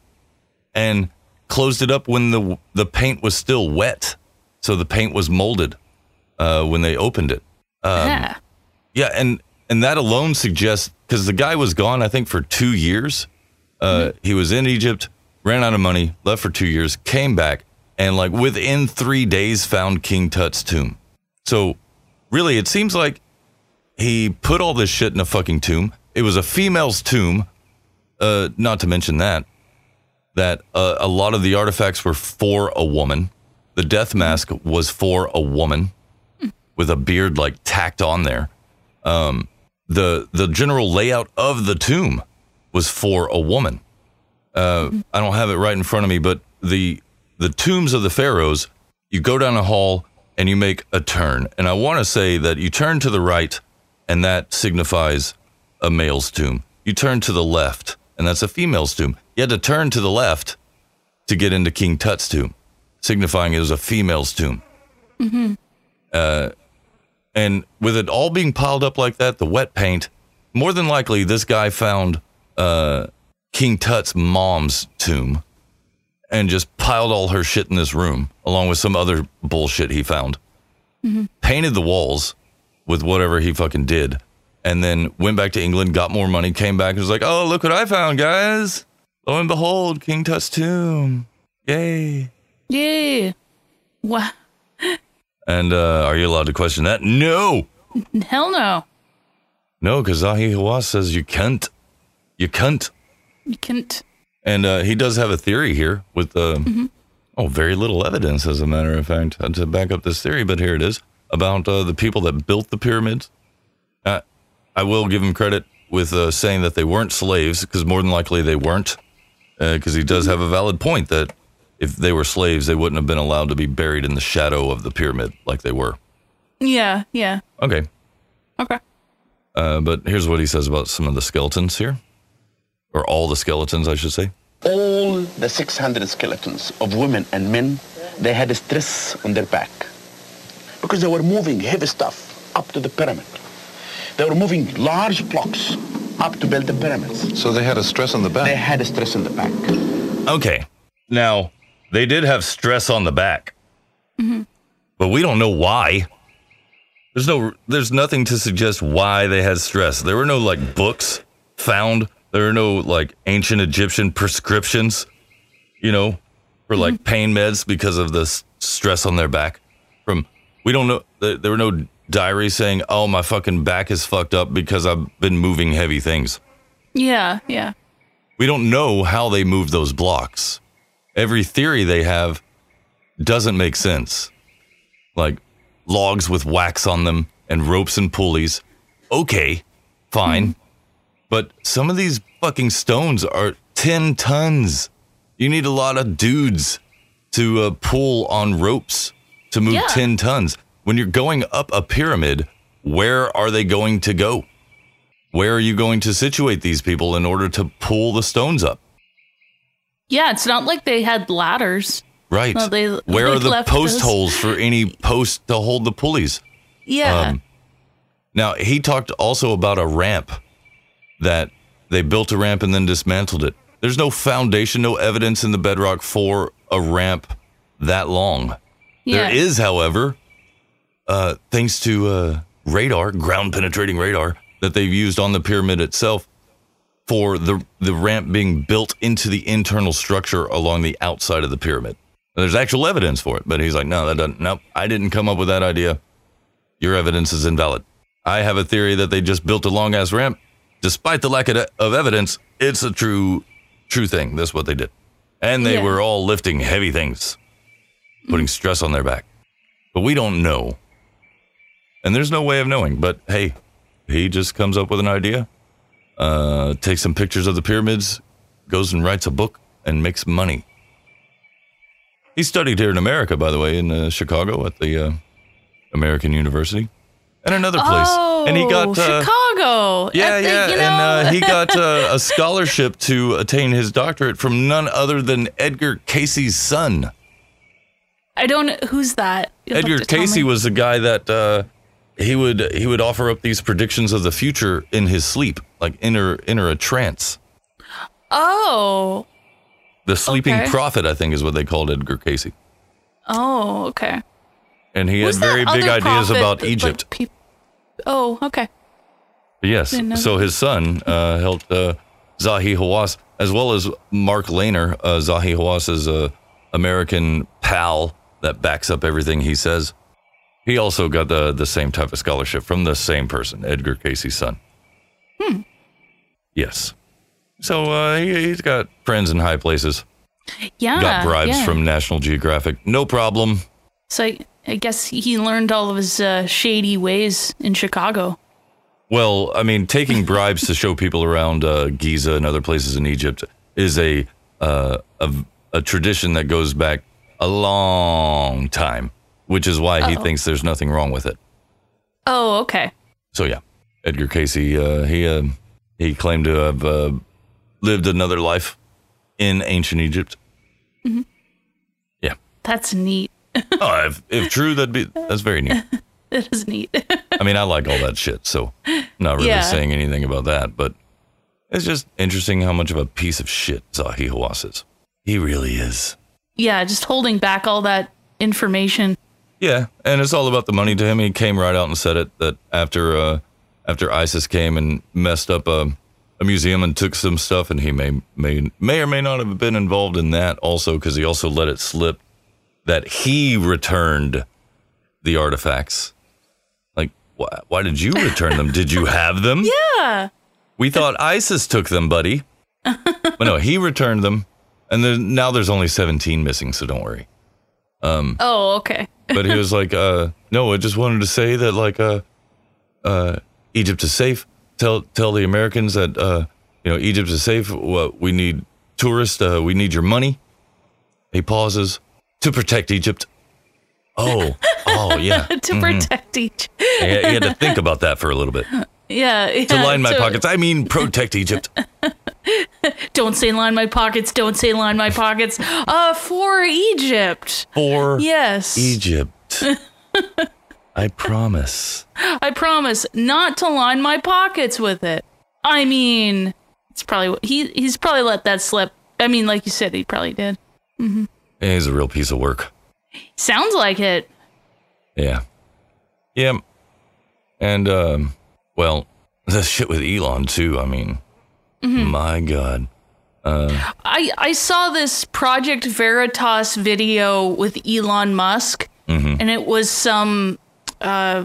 S7: and closed it up when the the paint was still wet, so the paint was molded uh, when they opened it. Um,
S8: yeah.
S7: yeah, and and that alone suggests because the guy was gone, I think, for two years. Uh, He was in Egypt, ran out of money, left for two years, came back, and like within three days found King Tut's tomb. So really, it seems like he put all this shit in a fucking tomb. It was a female's tomb. Uh, not to mention that that uh, a lot of the artifacts were for a woman. The death mask was for a woman with a beard like tacked on there. Um, the the general layout of the tomb was for a woman. Uh, I don't have it right in front of me, but the the tombs of the pharaohs, you go down a hall and you make a turn, and I want to say that you turn to the right, and that signifies a male's tomb. You turn to the left, and that's a female's tomb. You had to turn to the left to get into King Tut's tomb, signifying it was a female's tomb.
S8: hmm
S7: Uh, and with it all being piled up like that, the wet paint, more than likely this guy found uh, King Tut's mom's tomb and just piled all her shit in this room, along with some other bullshit he found.
S8: Mhm.
S7: Painted the walls with whatever he fucking did, and then went back to England, got more money, came back, and was like, oh, look what I found, guys. Lo and behold, King Tut's tomb. Yay.
S8: Yeah. What?
S7: And uh, are you allowed to question that? No.
S8: Hell no.
S7: No, because Zahi Hawass says you can't. You can't.
S8: You can't.
S7: And uh, he does have a theory here with, uh,
S8: Mhm.
S7: oh, very little evidence, as a matter of fact, uh, to back up this theory, but here it is about uh, the people that built the pyramids. Uh, I will give him credit with uh, saying that they weren't slaves, because more than likely they weren't, because he does have a valid point that if they were slaves, they wouldn't have been allowed to be buried in the shadow of the pyramid like they were.
S8: Yeah. Yeah.
S7: Okay.
S8: Okay.
S7: Uh, but here's what he says about some of the skeletons here, or all the skeletons, I should say.
S6: all the 600 skeletons of women and men, they had a stress on their back because they were moving heavy stuff up to the pyramid. They were moving large blocks up to build the pyramids. So they had a stress on the back? They had a stress on the back.
S7: Okay. Now, they did have stress on the back, but we don't know why. There's no there's nothing to suggest why they had stress. There were no like books found. There were no like ancient Egyptian prescriptions, you know, for like pain meds because of the s- stress on their back. From we don't know there, there were no diaries saying, "Oh, my fucking back is fucked up because I've been moving heavy things."
S8: Yeah. Yeah.
S7: We don't know how they moved those blocks. Every theory they have doesn't make sense. Like logs with wax on them and ropes and pulleys. Okay, fine. But some of these fucking stones are 10 tons. You need a lot of dudes to uh, pull on ropes to move
S8: Yeah.
S7: 10 tons. When you're going up a pyramid, where are they going to go? Where are you going to situate these people in order to pull the stones up?
S8: Yeah, it's not like they had ladders.
S7: Right.
S8: No, they-
S7: Where
S8: they
S7: are the
S8: left
S7: post
S8: us-
S7: holes for any post to hold the pulleys?
S8: Yeah.
S7: Um, now he talked also about a ramp that they built a ramp and then dismantled it. There's no foundation, no evidence in the bedrock for a ramp that long.
S8: Yeah.
S7: There is, however, uh, thanks to uh, radar, ground penetrating radar that they've used on the pyramid itself for the the ramp being built into the internal structure along the outside of the pyramid. There's actual evidence for it, but he's like, no, that doesn't. Nope, I didn't come up with that idea. Your evidence is invalid. I have a theory that they just built a long ass ramp. Despite the lack of, of evidence, it's a true, true thing. That's what they did, and they
S8: Yeah.
S7: were all lifting heavy things, putting stress on their back. But we don't know, and there's no way of knowing. But hey, he just comes up with an idea, uh, takes some pictures of the pyramids, goes and writes a book, and makes money. He studied here in America, by the way, in uh, Chicago at the uh, American University and another place.
S8: Oh,
S7: and he got uh,
S8: Chicago.
S7: Yeah,
S8: At the-
S7: yeah,
S8: you
S7: and
S8: know-
S7: uh, he got uh, a scholarship to attain his doctorate from none other than Edgar Casey's son.
S8: I don't. Who's that? You'll have
S7: Edgar
S8: to tell
S7: Casey
S8: me.
S7: was the guy that uh, he would he would offer up these predictions of the future in his sleep, like enter enter a trance.
S8: Oh.
S7: The sleeping
S8: Okay.
S7: prophet, I think, is what they called Edgar Casey,
S8: Oh. Okay.
S7: and he had
S8: Who's that
S7: very big
S8: other
S7: ideas
S8: prophet
S7: about
S8: that, like,
S7: Egypt.
S8: peop- oh. Okay.
S7: Yes.
S8: Didn't know
S7: So
S8: that.
S7: his son uh, helped uh, Zahi Hawass, as well as Mark Lehner. Uh, Zahi Hawass is a American pal that backs up everything he says. He also got the the same type of scholarship from the same person, Edgar Casey's son.
S8: Hmm.
S7: Yes. So uh, he, he's got friends in high places.
S8: Yeah.
S7: got bribes
S8: yeah.
S7: from National Geographic. No problem.
S8: So I, I guess he learned all of his uh, shady ways in Chicago.
S7: Well, I mean, taking bribes to show people around uh, Giza and other places in Egypt is a, uh, a a tradition that goes back a long time, which is why he
S8: Oh.
S7: thinks there's nothing wrong with it.
S8: Oh. Okay.
S7: So yeah, Edgar Casey, uh, he uh, he claimed to have uh, lived another life in ancient Egypt.
S8: Mhm.
S7: Yeah.
S8: That's neat.
S7: Oh, if, if true, that'd be that's very neat.
S8: That is neat.
S7: I mean, I like all that shit, so not really
S8: Yeah.
S7: saying anything about that, but it's just interesting how much of a piece of shit Zahi Hawass is. He really is.
S8: yeah. Just holding back all that information.
S7: Yeah, and it's all about the money to him. He came right out and said it that after uh, after ISIS came and messed up a, a museum and took some stuff, and he may may may or may not have been involved in that also because he also let it slip that he returned the artifacts. Like, why, why did you return them? Did you have them?
S8: Yeah.
S7: We thought ISIS took them, buddy. but no, he returned them, and then now there's only 17 missing. So don't worry. Um,
S8: Oh. Okay.
S7: but he was like, uh, "No, I just wanted to say that like uh, uh, Egypt is safe. Tell tell the Americans that uh, you know Egypt is safe. What we need tourists. Uh, we need your money." He pauses to protect Egypt. Oh, oh yeah.
S8: to
S7: Mhm.
S8: protect each.
S7: He had- he had to think about that for a little bit.
S8: Yeah, yeah.
S7: To line my pockets. I mean, protect Egypt.
S8: Don't say line my pockets. Don't say line my pockets. Uh, for Egypt.
S7: For
S8: Yes.
S7: Egypt. I promise.
S8: I promise not to line my pockets with it. I mean, it's probably he. He's probably let that slip. I mean, like you said, he probably did. hmm
S7: He's a real piece of work.
S8: Sounds like it.
S7: Yeah. Yeah. And um well, the shit with Elon too, I mean.
S8: Mhm.
S7: My god. Uh
S8: I I saw this Project Veritas video with Elon Musk,
S7: mhm.
S8: and it was some uh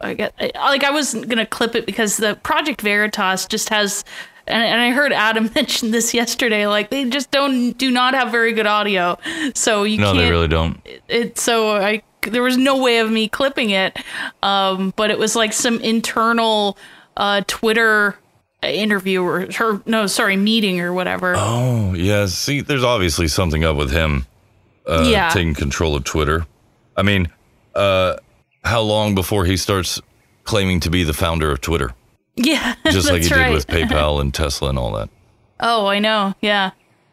S8: I get I- like I wasn't gonna clip it because the Project Veritas just has and, and I heard Adam mention this yesterday like they just don't do not have very good audio so you
S7: No,
S8: can't
S7: they really don't.
S8: it so I there was no way of me clipping it um but it was like some internal uh Twitter interview or her no sorry meeting or whatever.
S7: Oh, yeah. See, there's obviously something up with him uh,
S8: Yeah.
S7: taking control of Twitter. I mean, uh, how long before he starts claiming to be the founder of Twitter?
S8: Yeah,
S7: Just like
S8: that's
S7: he
S8: right.
S7: did with PayPal and Tesla and all that.
S8: Oh, I know. Yeah.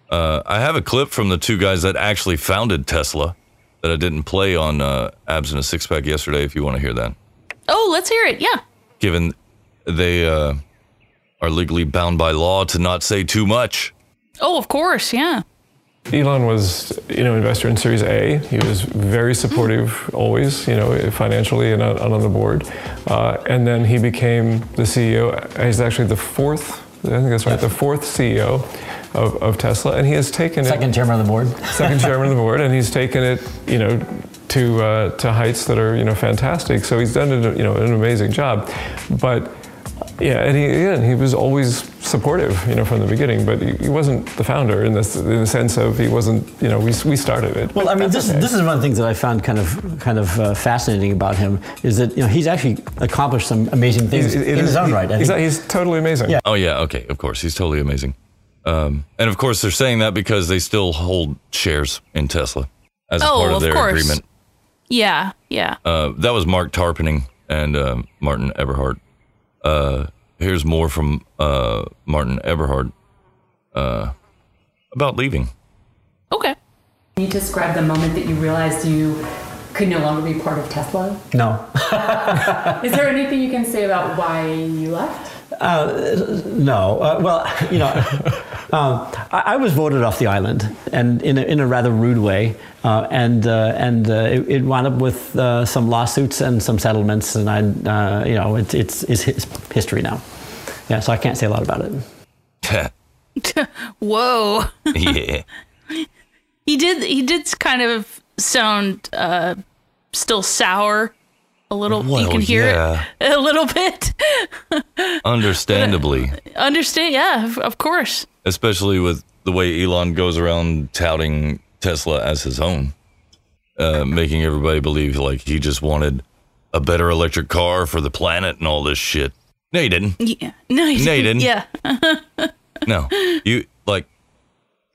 S7: Uh, I have a clip from the two guys that actually founded Tesla that I didn't play on uh, Abs and a Six Pack yesterday. If you want to hear that,
S8: Oh, let's hear it. Yeah.
S7: given they uh, are legally bound by law to not say too much.
S8: Oh, of course. Yeah.
S18: Elon was, you know, investor in Series A. He was very supportive always, you know, financially and on, on the board. Uh, and then he became the CEO. He's actually the fourth, I think that's right, the fourth CEO of, of Tesla. And he has taken it.
S20: Second chairman of the board.
S18: second chairman of the board, and he's taken it, you know, to uh, to heights that are you know fantastic. So he's done an, you know an amazing job, but. Yeah, and he, again, he was always supportive, you know, from the beginning. But he, he wasn't the founder in this, in the sense of he wasn't, you know, we, we started it.
S20: Well, I mean,
S18: That's
S20: this,
S18: okay.
S20: this is one of the things that I found kind of kind of uh, fascinating about him is that you know he's actually accomplished some amazing things
S18: It- it
S20: in
S18: is-
S20: his own right. I
S18: He's,
S20: think.
S18: he's totally amazing.
S7: Oh yeah, okay, of course, he's totally amazing. Um, and of course, they're saying that because they still hold shares in Tesla as a
S8: Oh,
S7: part of,
S8: of
S7: their
S8: course.
S7: agreement.
S8: Yeah. Yeah.
S7: Uh, that was Mark Tarpening and uh, Martin Eberhard. Uh, here's more from uh, Martin Eberhard uh, about leaving.
S8: Okay.
S21: Can you describe the moment that you realized you could no longer be part of Tesla?
S20: No,
S21: Is there anything you can say about why you left?
S20: uh, no. Uh, well, you know, um, I, I was voted off the island, and in a, in a rather rude way, uh, and uh, and uh, it, it wound up with uh, some lawsuits and some settlements, and I, uh, you know, it's it's it's his history now. Yeah, so I can't say a lot about it.
S8: Whoa.
S7: yeah.
S8: He did. He did kind of sound uh, still sour. A little. you
S7: Well,
S8: can hear
S7: yeah.
S8: it a little bit.
S7: Understandably,
S8: Understand? Yeah. Of, of course.
S7: especially with the way Elon goes around touting Tesla as his own, uh, making everybody believe like he just wanted a better electric car for the planet and all this shit. No, he didn't.
S8: Yeah. No. He
S7: No, he didn't.
S8: Yeah.
S7: No, you like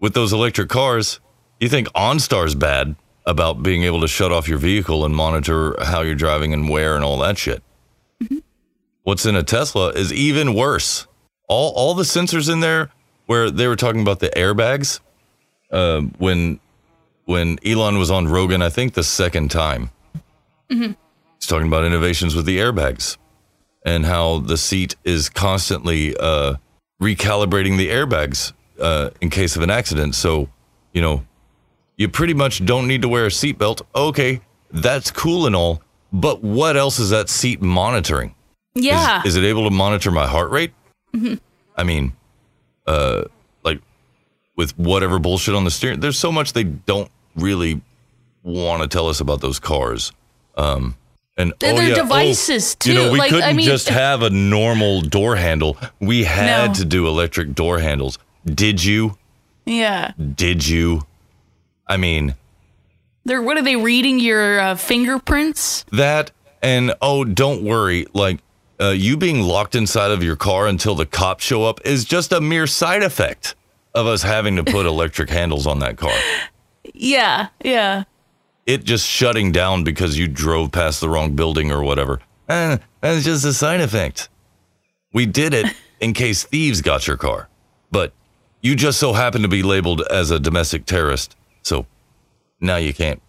S7: with those electric cars, you think OnStar's bad about being able to shut off your vehicle and monitor how you're driving and where and all that shit. What's in a Tesla is even worse. All all the sensors in there where they were talking about the airbags uh, when when Elon was on Rogan, I think the second time.
S22: Mm-hmm.
S7: He's talking about innovations with the airbags and how the seat is constantly uh, recalibrating the airbags uh, in case of an accident. So, you know, you pretty much don't need to wear a seatbelt. Okay, that's cool and all, but what else is that seat monitoring?
S8: Yeah.
S7: Is it able to monitor my heart rate?
S8: Mhm.
S7: I mean, uh, like with whatever bullshit on the steering, there's so much they don't really want to tell us about those cars. Um, and
S8: They're-
S7: oh,
S8: they're
S7: yeah, oh,
S8: devices,
S7: You know,
S8: too.
S7: we
S8: Like, I
S7: couldn't
S8: mean-
S7: just have a normal door handle. We had
S8: No.
S7: to do electric door handles. Did you?
S8: Yeah.
S7: Did you? I mean,
S8: They're. What are they reading? Your uh, fingerprints?
S7: That and oh, don't worry. Like uh, you being locked inside of your car until the cops show up is just a mere side effect of us having to put electric handles on that car.
S8: Yeah. Yeah.
S7: It just shutting down because you drove past the wrong building or whatever. Eh, that's just a side effect. We did it in case thieves got your car, but you just so happen to be labeled as a domestic terrorist, so now you can't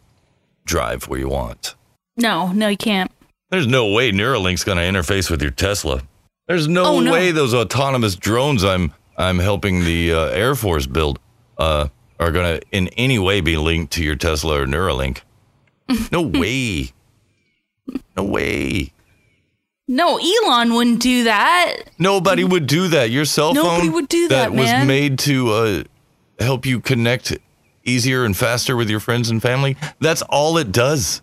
S7: drive where you want.
S8: No. No. You can't.
S7: There's no way Neuralink's going to interface with your Tesla. There's no,
S8: Oh, no.
S7: way those autonomous drones I'm I'm helping the uh, Air Force build uh, are going to in any way be linked to your Tesla or Neuralink. No way. No way.
S8: No. Elon wouldn't do that.
S7: Nobody would do that. Your cell phone
S8: Nobody would do that,
S7: was
S8: man.
S7: made to uh, help you connect easier and faster with your friends and family. That's all it does.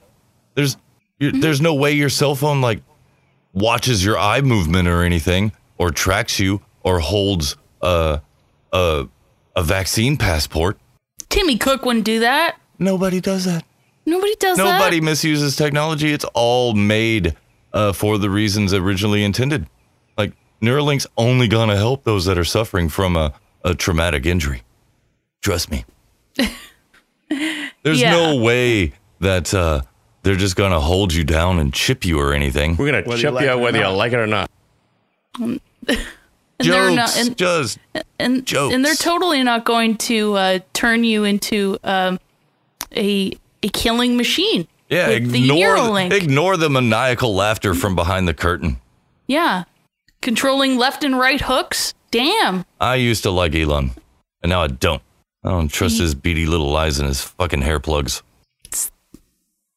S7: There's you
S8: Mm-hmm.
S7: there's no way your cell phone like watches your eye movement or anything or tracks you or holds a a a vaccine passport.
S8: Timmy Cook wouldn't do that.
S7: Nobody does that.
S8: Nobody does that.
S7: Nobody misuses technology. It's all made uh, for the reasons originally intended. Like Neuralink's only going to help those that are suffering from a, a traumatic injury. Trust me. There's
S8: Yeah.
S7: no way that uh, they're just going to hold you down and chip you or anything. We're
S2: gonna Whether you chip like you, it or whether you not. like
S7: it or not.
S8: And they're
S7: Jokes,
S8: not, and,
S7: just
S8: and,
S7: jokes.
S8: and they're totally not going to uh, turn you into um, a a killing machine.
S7: yeah.
S8: with the
S7: Ignore
S8: Neuralink.
S7: the, ignore the maniacal laughter from behind the curtain.
S8: yeah, controlling left and right hooks. Damn.
S7: I used to like Elon, and now I don't. I don't trust his beady little lies and his fucking hair plugs.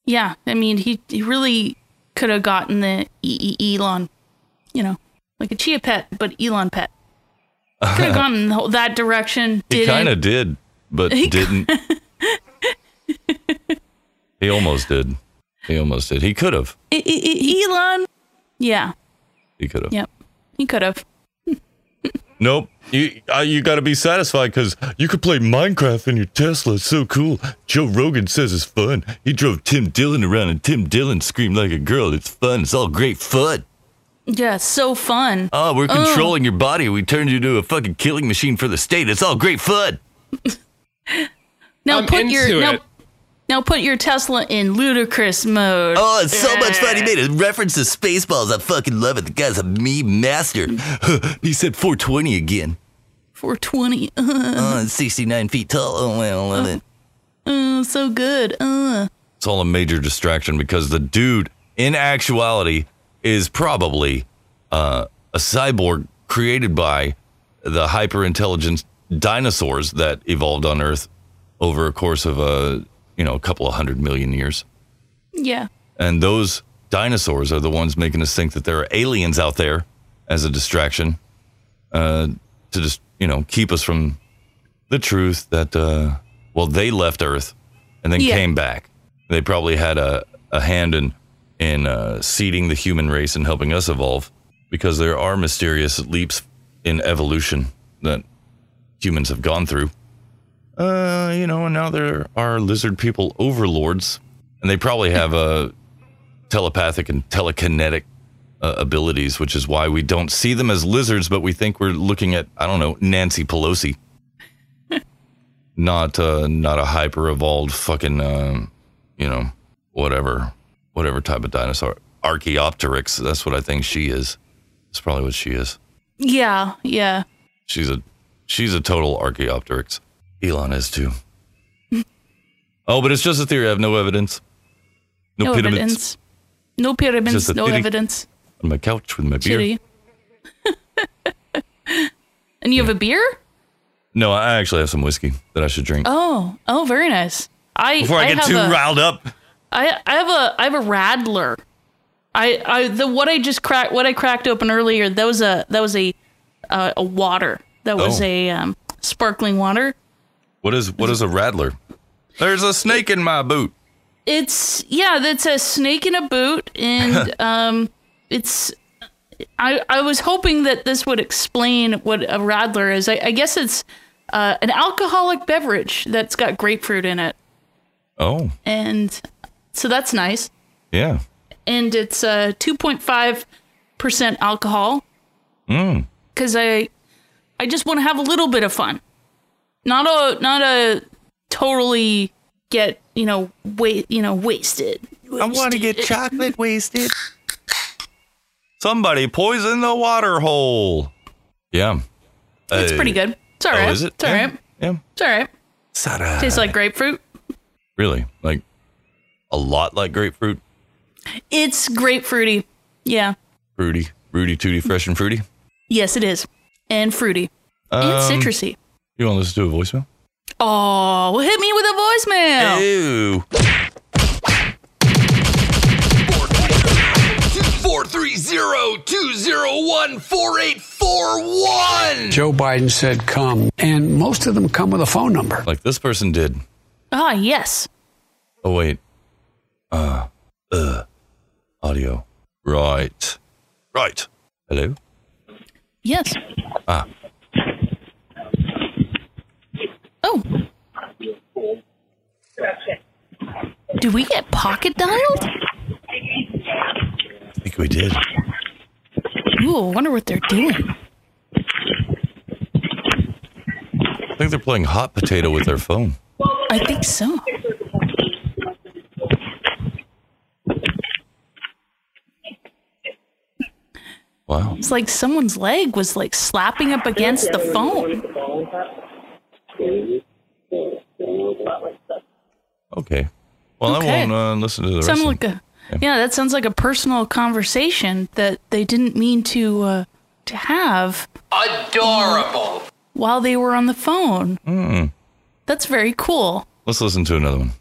S8: Yeah, I mean, he, he really could have gotten the e- e- Elon, you know, like a chia pet, but Elon pet. Could have gone in the whole- that direction.
S7: He
S8: didn't.
S7: kind of did, but
S8: He-
S7: didn't. he almost did. He almost did. He could have.
S8: E- e- e- Elon. Yeah.
S7: He could have.
S8: Yep. He could have.
S7: Nope. You uh, you got to be satisfied because you could play Minecraft in your Tesla. It's so cool. Joe Rogan says it's fun. He drove Tim Dillon around, and Tim Dillon screamed like a girl. It's fun. It's all great fun.
S8: Yeah, it's so fun.
S7: Oh, we're
S8: Ugh.
S7: controlling your body. We turned you into a fucking killing machine for the state. It's all great fun.
S8: Now
S7: I'm
S8: put your
S7: into
S8: now,
S7: it.
S8: now put your Tesla in ludicrous mode.
S7: Oh, it's so much fun. He made a reference to Spaceballs. I fucking love it. The guy's a meme master. he said 420 again.
S8: 420.
S7: Oh,
S8: Uh,
S7: it's 69 feet tall. Oh, man, I love it.
S8: uh, so good. Uh.
S7: It's all a major distraction because the dude, in actuality, is probably uh, a cyborg created by the hyper intelligent dinosaurs that evolved on Earth over a course of a you know a couple of hundred million years.
S8: Yeah.
S7: And those dinosaurs are the ones making us think that there are aliens out there as a distraction uh, to just, you know, keep us from the truth that, uh, well, they left Earth and then
S22: Yeah.
S7: came back. They probably had a, a hand in, in uh, seeding the human race and helping us evolve because there are mysterious leaps in evolution that humans have gone through. Uh, you know, and now there are lizard people overlords, and they probably have uh, telepathic and telekinetic uh, abilities, which is why we don't see them as lizards, but we think we're looking at I don't know Nancy Pelosi, not uh, not a hyper evolved fucking um, you know whatever whatever type of dinosaur Archaeopteryx. That's what I think she is. That's probably what she is.
S8: Yeah. Yeah.
S7: She's a she's a total Archaeopteryx. Elon is too. oh, but it's just a theory. I have no evidence. No, pyramids.
S8: evidence. No pyramids.
S7: Just a
S8: No
S7: pity.
S8: evidence.
S7: On my couch with my beer.
S8: Shitty. and you have a beer?
S7: No, I actually have some whiskey that I should drink
S8: Oh. Oh, very nice. I
S7: before I, get
S8: have
S7: too
S8: a-
S7: riled up.
S8: I I have a I have a Radler. I I the what I just cracked what I cracked open earlier that was a that was a uh, a water that was
S7: Oh.
S8: a um, sparkling water.
S7: What is what is a rattler? There's a snake in my boot.
S8: It's yeah, that's a snake in a boot, and um, it's I I was hoping that this would explain what a Radler is. I, I guess it's uh, an alcoholic beverage that's got grapefruit in it,
S7: Oh
S8: and so that's nice.
S7: yeah.
S8: And it's uh, two point five percent alcohol.
S7: Mm.
S8: because I I just want to have a little bit of fun, not a not a totally get you know wait you know wasted. I want to get chocolate
S7: wasted. Somebody poisoned the water hole. Yeah.
S8: It's
S7: Uh,
S8: pretty good. It's all
S7: oh,
S8: right.
S7: is it?
S8: It's all
S7: Yeah,
S8: right.
S7: yeah.
S8: It's all right.
S7: It's all right.
S8: Tastes like grapefruit.
S7: Really? Like a lot like grapefruit?
S8: It's grapefruity. Yeah.
S7: Fruity. Fruity tooty fresh and fruity.
S8: Yes, it is. And fruity. and
S7: Um,
S8: citrusy.
S7: You wanna listen to a voicemail?
S8: Oh, hit me with a voicemail.
S7: Ew.
S23: Four three zero two zero one four eight four one.
S24: Joe Biden said come, and most of them come with a phone number.
S7: Like this person did.
S8: Ah, yes.
S7: Oh wait. Uh uh audio. Right. Right. Hello?
S8: Yes.
S7: Ah.
S8: Oh. Do we get pocket dialed?
S7: I think we did.
S8: Ooh, I wonder what they're doing.
S7: I think they're playing hot potato with their phone.
S8: I think so.
S7: Wow.
S8: It's like someone's leg was like slapping up against the phone.
S7: Okay. Well,
S8: Okay.
S7: I won't uh, listen to the
S8: Sounds
S7: rest.
S8: like a yeah. That sounds like a personal conversation that they didn't mean to uh, to have
S11: Adorable.
S8: while they were on the phone.
S7: Mm.
S8: That's very cool.
S7: Let's listen to another one.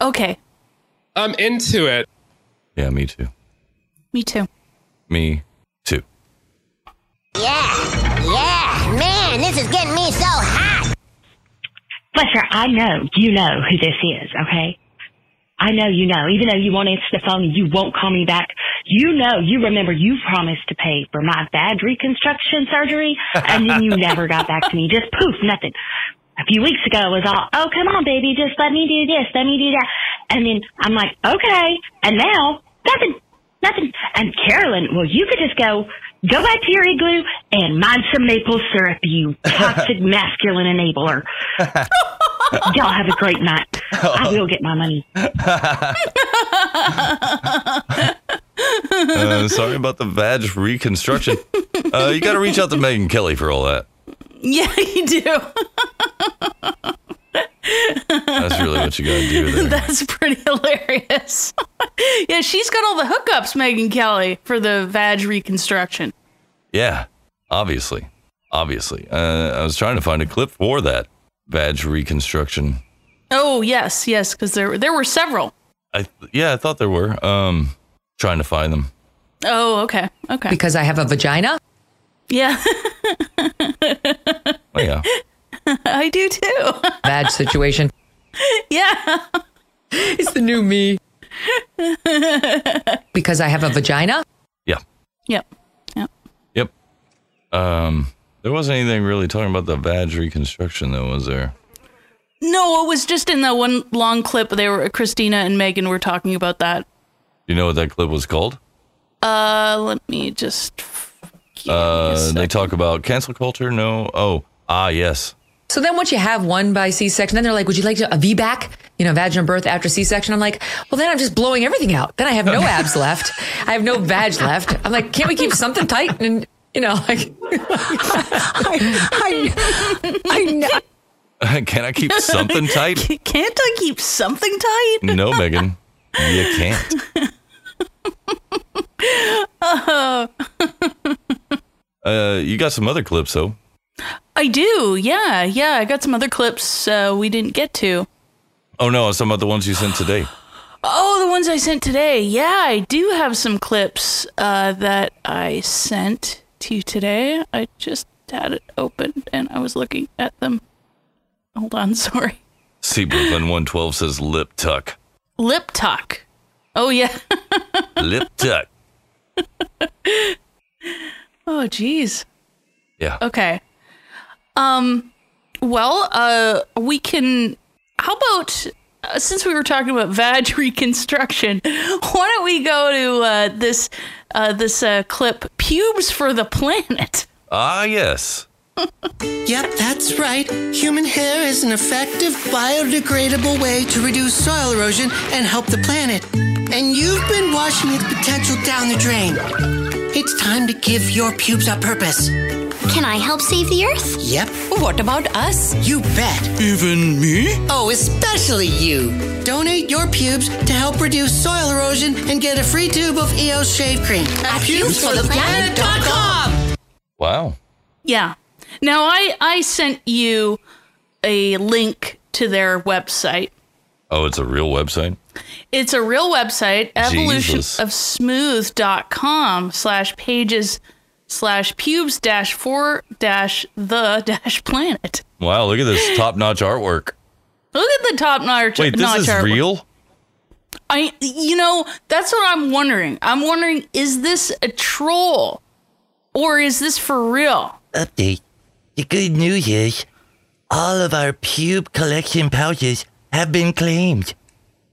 S8: Okay,
S18: I'm into it.
S7: Yeah, me too.
S8: me too.
S7: Me too.
S14: Yeah, man, this is getting me so hot.
S25: Fletcher, I know you know who this is, okay? I know you know. Even though you won't answer the phone, you won't call me back. You know, you remember you promised to pay for my bad reconstruction surgery, and then you never got back to me. Just poof, nothing. A few weeks ago it was all, oh, come on, baby, just let me do this, let me do that. And then I'm like, okay. And now, nothing, nothing. And Carolyn, well, you could just go, go back to your igloo and mine some maple syrup, you toxic masculine enabler. Y'all have a great night. I will get my money.
S7: Uh, sorry about the vag reconstruction. Uh, you got to reach out to Megan Kelly for all that.
S8: Yeah, you do.
S7: That's really what you got to do there.
S8: That's pretty hilarious. yeah, she's got all the hookups, Megan Kelly, for the vag reconstruction.
S7: Yeah, obviously. Obviously. Uh, I was trying to find a clip for that vag reconstruction.
S8: Oh yes, yes, because there there were several.
S7: I yeah, I thought there were. Um, trying to find them.
S8: Oh, okay, okay.
S21: Because I have a vagina?
S8: Yeah,
S7: Oh yeah.
S8: I do too.
S21: Vag situation.
S8: yeah.
S21: It's the new me. Because I have a vagina?
S7: Yeah.
S8: Yep.
S7: Yep. Um, there wasn't anything really talking about the vag reconstruction though, was there?
S8: No, it was just in that one long clip. They were Christina and Megan were talking about that.
S7: Do you know what that clip was called?
S8: Uh, let me just.
S7: Uh, they talk about cancel culture. No. Oh, ah, yes.
S21: So then once you have one by C-section, then they're like, would you like to, a VBAC? You know, vaginal birth after C-section. I'm like, well, then I'm just blowing everything out. Then I have no abs left. I have no vag left. I'm like, can't we keep something tight? And, you know, like, I, I, I know.
S7: Can I keep something tight?
S8: Can't I keep something tight?
S7: No, Megan, you can't.
S8: Uh,
S7: Uh, you got some other clips though.
S8: I do. Yeah, yeah. I got some other clips uh, we didn't get to.
S7: Oh no, I was talking about the ones you sent today.
S8: Oh, the ones I sent today. Yeah, I do have some clips uh, that I sent to you today. I just had it open and I was looking at them. Hold on, sorry.
S7: See, Brooklyn one twelve says lip tuck,
S8: Lip tuck. Oh yeah.
S7: lip tuck.
S8: Oh geez.
S7: Yeah.
S8: Okay. Um. Well, uh, we can. How about uh, since we were talking about vag reconstruction, why don't we go to uh, this uh, this uh, clip "Pubes for the Planet"?
S7: Ah, yes.
S10: Yep, that's right. Human hair is an effective, biodegradable way to reduce soil erosion and help the planet. And you've been washing its potential down the drain. It's time to give your pubes a purpose. Can I help save the earth? Yep. What about us? You bet. Even me? Oh, especially you. Donate your pubes to help reduce soil erosion and get a free tube of EO shave cream at pubesfortheplanet.com.
S7: Wow.
S8: Yeah. Now I I sent you a link to their website.
S7: Oh, it's a real website.
S8: It's a real website,
S7: Jesus.
S8: evolutionofsmooth.com slash pages slash pubes dash four dash the dash planet.
S7: Wow, look at this top-notch artwork.
S8: Look at the top notch.
S7: Wait, this
S8: notch
S7: is
S8: artwork.
S7: real?
S8: I, you know, that's what I'm wondering. I'm wondering, is this a troll or is this for real?
S22: Update. The good news is all of our pube collection pouches have been claimed.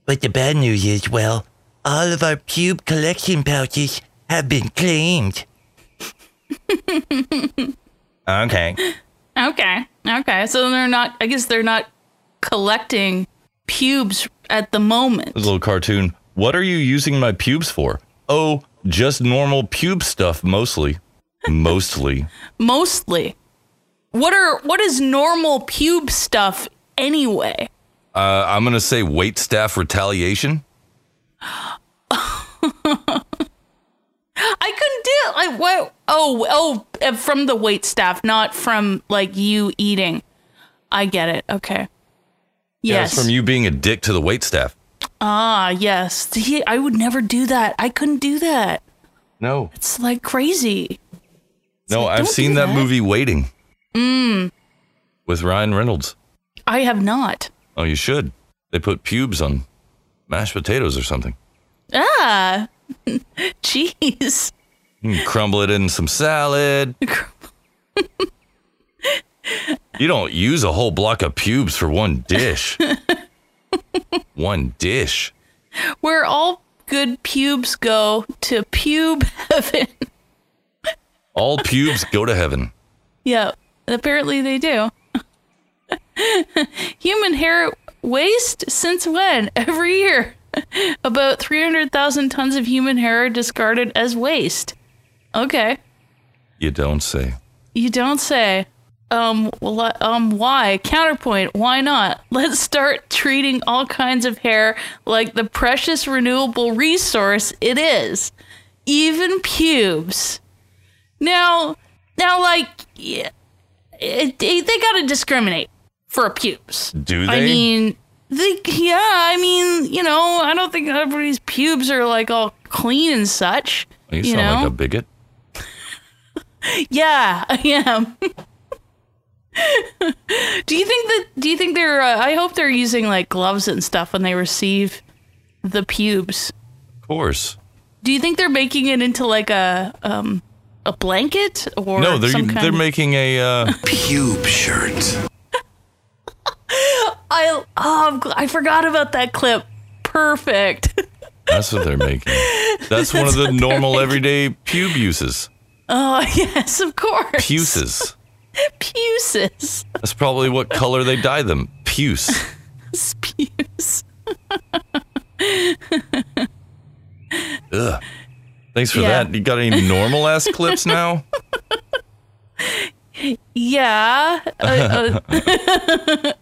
S22: But the bad news is, well, all of our pube collection pouches have been claimed. Okay.
S8: Okay. Okay. So they're not. I guess they're not collecting pubes at the moment.
S7: This little cartoon. What are you using my pubes for? Oh, just normal pube stuff mostly. Mostly.
S8: Mostly. What are what is normal pube stuff anyway?
S7: Uh, I'm gonna say wait staff retaliation.
S8: I couldn't do like what? Oh oh, uh, from the wait staff, not from like you eating. I get it. Okay.
S7: Yeah, it's
S8: Yes.
S7: from you being a dick to the wait staff.
S8: ah yes. See, I would never do that. I couldn't do that.
S7: No.
S8: It's like crazy.
S7: No, I've
S8: don't
S7: seen
S8: do
S7: that
S8: that.
S7: movie Waiting
S8: Mm.
S7: with Ryan Reynolds.
S8: I have not.
S7: Oh, you should. They put pubes on mashed potatoes or something.
S8: Ah. Jeez.
S7: You can Mm, crumble it in some salad. you don't use a whole block of pubes for one dish. one dish.
S8: Where all good pubes go to pube heaven.
S7: All pubes go to heaven.
S8: Yeah, apparently they do. Human hair waste since when? Every year. About 300,000 tons of human hair are discarded as waste. Okay,
S7: You don't say.
S8: you don't say. Um, wh- um, why? Counterpoint, why not? Let's start treating all kinds of hair like the precious renewable resource it is, even pubes. Now, now, like, yeah, it, it- they gotta discriminate for pubes.
S7: Do
S8: I
S7: they?
S8: mean, they, yeah, I mean, you know, I don't think everybody's pubes are like all clean and such.
S7: You,
S8: You,
S7: sound
S8: know?
S7: like a bigot.
S8: Yeah, I am. do you think that? Do you think they're? Uh, I hope they're using like gloves and stuff when they receive the pubes.
S7: Of course.
S8: Do you think they're making it into like a um a blanket or
S7: no, they're
S8: some kind
S7: they're
S8: of-
S7: making a uh, pube shirt.
S8: I oh I'm gl- I forgot about that clip. Perfect.
S7: That's what they're making. That's one of the normal everyday pube uses.
S8: Oh yes, of course.
S7: Puces.
S8: Puces.
S7: That's probably what color they dye them. Puce.
S8: Spews.
S7: Ugh. Thanks for
S8: Yeah.
S7: that. You got any normal ass clips now?
S8: Yeah. Uh, uh,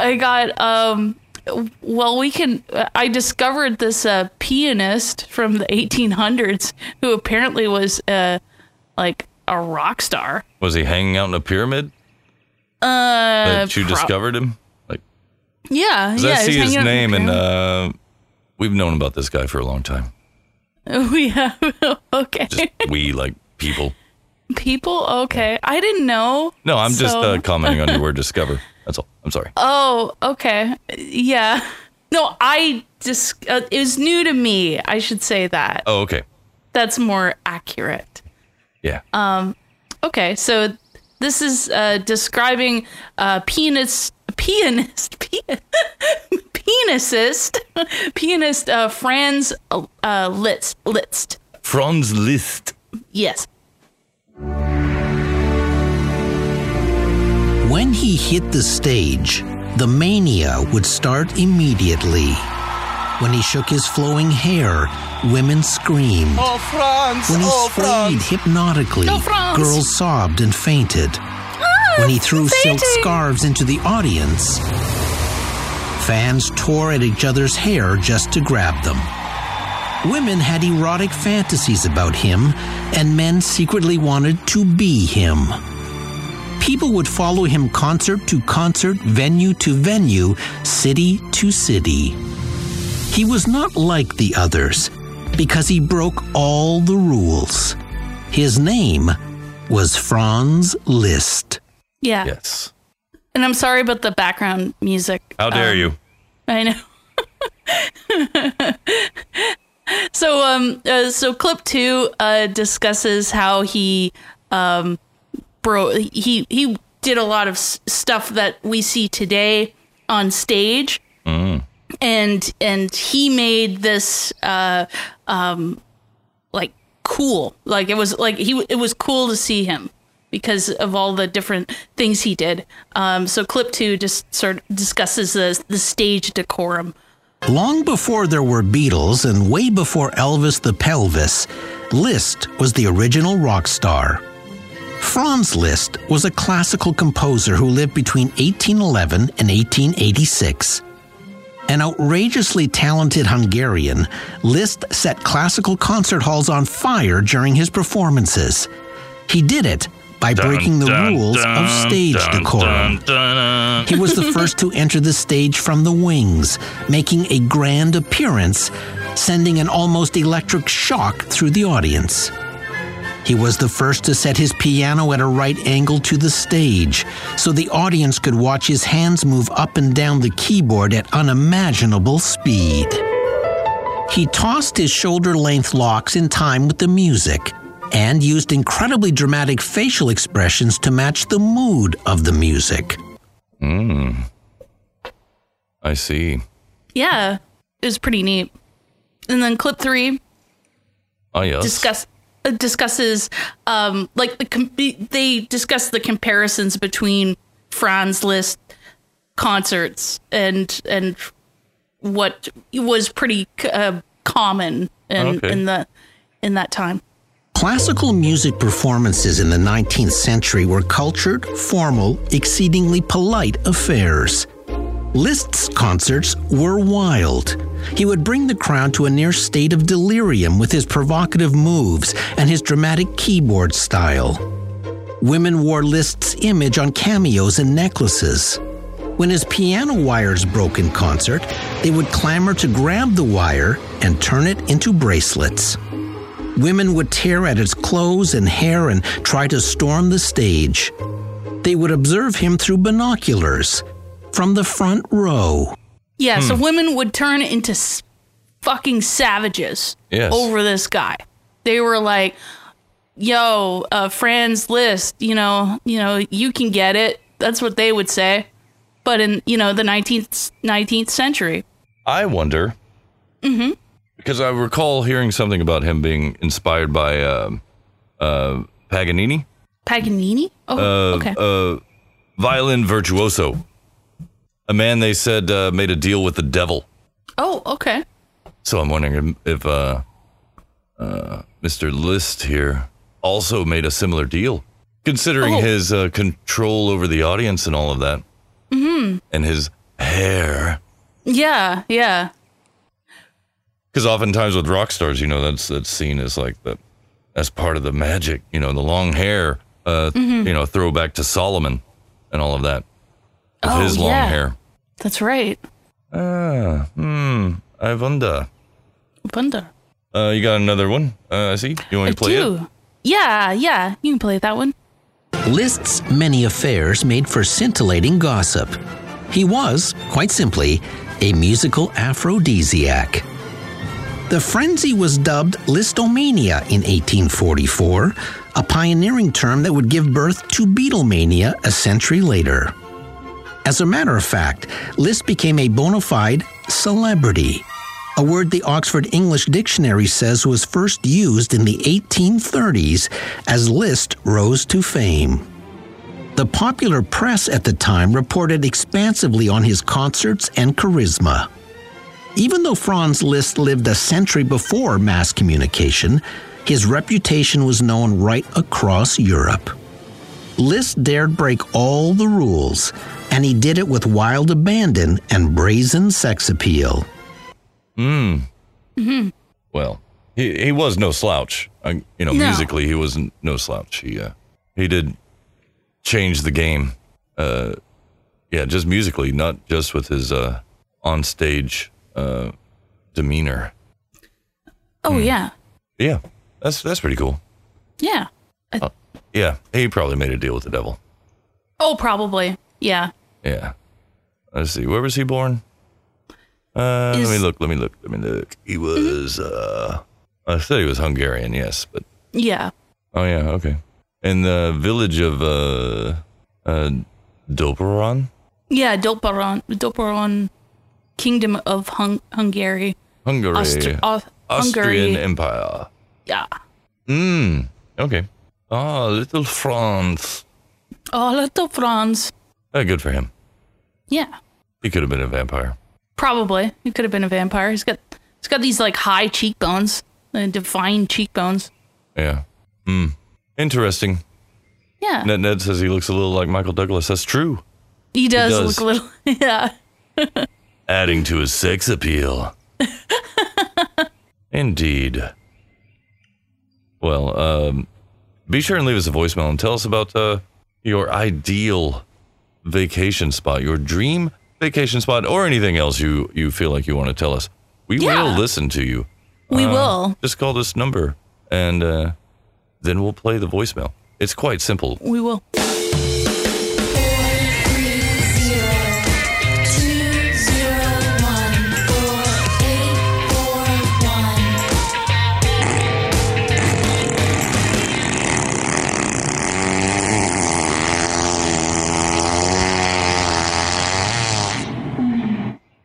S8: I got um well we can I discovered this uh pianist from the 1800s who apparently was uh like a rock star.
S7: Was he hanging out in a pyramid
S8: Uh
S7: that you
S8: pro-
S7: discovered him? Like,
S8: Yeah,
S7: 'cause
S8: yeah.
S7: I
S8: he's
S7: see his
S8: hanging out in the
S7: name, and
S8: pyramid.
S7: uh, we've known about this guy for a long time.
S8: Oh yeah. okay.
S7: We like people.
S8: People. Okay. I didn't know.
S7: No, I'm just
S8: so-
S7: uh, commenting on your word discover. That's all. I'm sorry.
S8: oh, okay. Yeah. No, I just uh, it was new to me. I should say that.
S7: Oh, okay.
S8: That's more accurate.
S7: Yeah.
S8: Um. Okay. So this is uh, describing uh, pianist pianist pian- pianisist pianist uh, Franz uh, Liszt Liszt.
S7: Franz Liszt.
S8: Yes.
S9: When he hit the stage, the mania would start immediately. When he shook his flowing hair, women screamed.
S11: Oh,
S16: Uh,
S11: France!
S9: when he
S11: oh,
S9: swayed hypnotically,
S11: Oh, France.
S9: girls sobbed and fainted. when he threw silk scarves into the audience, fans tore at each other's hair just to grab them. Women had erotic fantasies about him, and men secretly wanted to be him. People would follow him concert to concert, venue to venue, city to city. He was not like the others because he broke all the rules. His name was Franz Liszt.
S8: Yeah.
S7: Yes.
S8: And I'm sorry about the background music.
S7: How dare you?
S8: I know. so um uh, so clip 2 uh discusses how he um bro he he did a lot of s- stuff that we see today on stage
S7: Mm.
S8: and and he made this uh um like cool. Like it was like he it was cool to see him because of all the different things he did. Um, so clip two just sort of discusses the the stage decorum.
S9: Long before there were Beatles and way before Elvis the Pelvis, Liszt was the original rock star. Franz Liszt was a classical composer who lived between 1811 and 1886. An outrageously talented Hungarian, Liszt set classical concert halls on fire during his performances. He did it by breaking the rules of stage decorum. He was the first to enter the stage from the wings, making a grand appearance, sending an almost electric shock through the audience. He was the first to set his piano at a right angle to the stage, so the audience could watch his hands move up and down the keyboard at unimaginable speed. He tossed his shoulder length locks in time with the music and used incredibly dramatic facial expressions to match the mood of the music.
S7: Mm. I see.
S8: Yeah, it was pretty neat. And then clip three
S7: Oh yes.
S8: discuss uh, discusses um like the com- they discuss the comparisons between Franz Liszt concerts and and what was pretty uh, common in
S9: Okay.
S8: in the in that time.
S9: Classical music performances in the 19th century were cultured, formal, exceedingly polite affairs. Liszt's concerts were wild. He would bring the crowd to a near state of delirium with his provocative moves and his dramatic keyboard style. Women wore Liszt's image on cameos and necklaces. When his piano wires broke in concert, they would clamor to grab the wire and turn it into bracelets. Women would tear at his clothes and hair and try to storm the stage. They would observe him through binoculars from the front row.
S8: Yeah, so
S9: Hmm.
S8: women would turn into s- fucking savages
S9: Yes.
S8: over this guy. They were like, "Yo, uh, Franz List, you know, you know, you can get it." That's what they would say. But in you know the nineteenth nineteenth century,
S7: I wonder
S8: hmm
S7: because I recall hearing something about him being inspired by um uh, Paganini,
S8: Paganini. Oh,
S7: uh,
S8: okay.
S7: uh, violin virtuoso, a man they said uh, made a deal with the devil.
S8: oh, okay.
S7: So I'm wondering if uh, uh, Mr. List here also made a similar deal, considering
S8: Oh.
S7: his uh, control over the audience and all of that,
S8: Hmm.
S7: and his hair.
S8: Yeah. Yeah.
S7: Because oftentimes with rock stars, you know, that's that's seen as like the that's part of the magic. You know, the long hair. Uh,
S8: Mhm.
S7: You know, throwback to Solomon and all of that. Of
S8: Oh,
S7: his long
S8: yeah.
S7: hair.
S8: That's right.
S7: Ah, hmm. I wonder.
S8: Wonder.
S7: Uh, you got another one? Uh, I see. You want to play it?
S8: Two. Yeah. Yeah. You can play that one.
S9: Liszt's many affairs made for scintillating gossip. He was, quite simply, a musical aphrodisiac. The frenzy was dubbed Listomania in 1844, a pioneering term that would give birth to Beatlemania a century later. As a matter of fact, Liszt became a bona fide celebrity, a word the Oxford English Dictionary says was first used in the 1830s as Liszt rose to fame. The popular press at the time reported expansively on his concerts and charisma. Even though Franz Liszt lived a century before mass communication, his reputation was known right across Europe. Liszt dared break all the rules, and he did it with wild abandon and brazen sex appeal.
S7: Hmm.
S8: hmm
S7: Well, he he was no slouch. I, you know,
S8: No.
S7: musically, he was n- no slouch. He uh, he did change the game. Uh, yeah, just musically, not just with his uh, onstage uh, demeanor.
S8: Oh
S7: Hmm.
S8: yeah.
S7: Yeah, that's that's pretty cool.
S8: Yeah.
S7: Uh, yeah, he probably made a deal with the devil.
S8: Oh, probably. Yeah.
S7: Yeah. Let's see. Where was he born? Uh,
S8: Is- Mm-hmm.
S7: let me look. Let me look. Let me look. He was. Uh, I said he was Hungarian. Yes, but
S8: Yeah.
S7: Oh yeah, okay. In the village of uh uh Dobroron?
S8: Yeah, Doparon, Doparon, Kingdom of Hung- Hungary,
S7: Hungary.
S8: Aust- Au-
S7: Austrian
S8: Hungary.
S7: Empire.
S8: Yeah,
S7: Mmm. Okay. Ah, little Franz.
S8: Oh, little Franz.
S7: Ah, good for him.
S8: Yeah,
S7: He could have been a vampire.
S8: probably. He could have been a vampire. He's got he's got these like high cheekbones, uh, defined cheekbones.
S7: Yeah. Hmm. Interesting.
S8: Yeah,
S7: Ned, Ned says he looks a little like Michael Douglas. That's true.
S8: he does,
S7: does.
S8: look a little. Yeah,
S7: Adding to his sex appeal. Indeed. Well, um, be sure and leave us a voicemail and tell us about uh, your ideal vacation spot, your dream vacation spot, or anything else you, you feel like you want to tell us. We will listen to you. Uh,
S8: we will.
S7: Just call this number and uh, then we'll play the voicemail. It's quite simple.
S8: We will.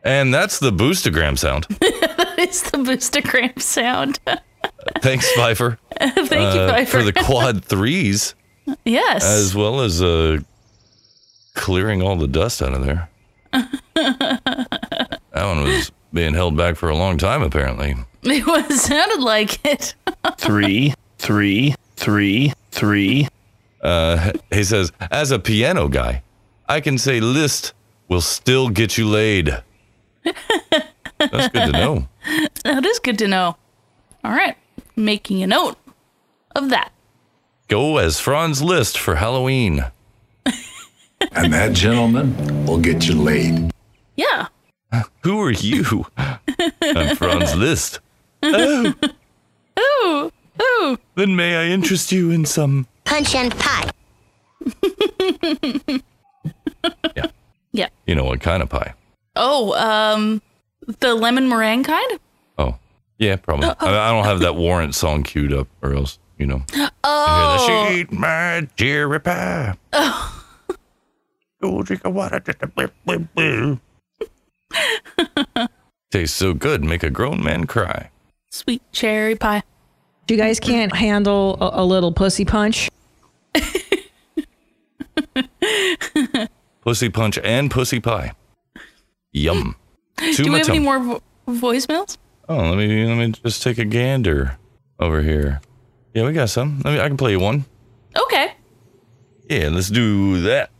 S7: And that's the boostagram sound.
S8: it's the boostergram sound.
S7: Thanks, Pfeiffer.
S8: Thank you, Pfeiffer.
S7: Uh, For the quad threes,
S8: yes.
S7: as well as uh, clearing all the dust out of there. that one was being held back for a long time, apparently.
S8: It was sounded like it.
S7: Three, three, three, three. Uh, he says, as a piano guy, I can say List will still get you laid. That's good to know.
S8: That is good to know. All right, making a note of that.
S7: Go as Franz List for Halloween.
S3: and that gentleman will get you laid.
S8: Yeah.
S7: Who are you? I'm Franz List. Oh.
S8: Ooh. Ooh.
S7: Then may I interest you in some
S14: Punch and pie.
S8: Yeah.
S7: You know what kind of pie?
S8: Oh, um, the lemon meringue kind.
S7: Oh, Yeah, probably.
S8: Uh, uh.
S7: I, I don't have that warrant song queued up, or else you know.
S8: Oh.
S7: She eat my cherry pie. Go drink a water. just a blip, blip, blip. Tastes so good, make a grown man cry.
S8: Sweet cherry pie.
S11: You guys can't handle a, a little pussy punch.
S7: Pussy punch and pussy pie. Yum. Too
S8: Do we
S7: much
S8: have any
S7: um.
S8: more vo- voicemails?
S7: Oh, let me let me just take a gander over here. Yeah, we got some. Let me. I can play you one.
S8: Okay.
S7: Yeah, let's do that.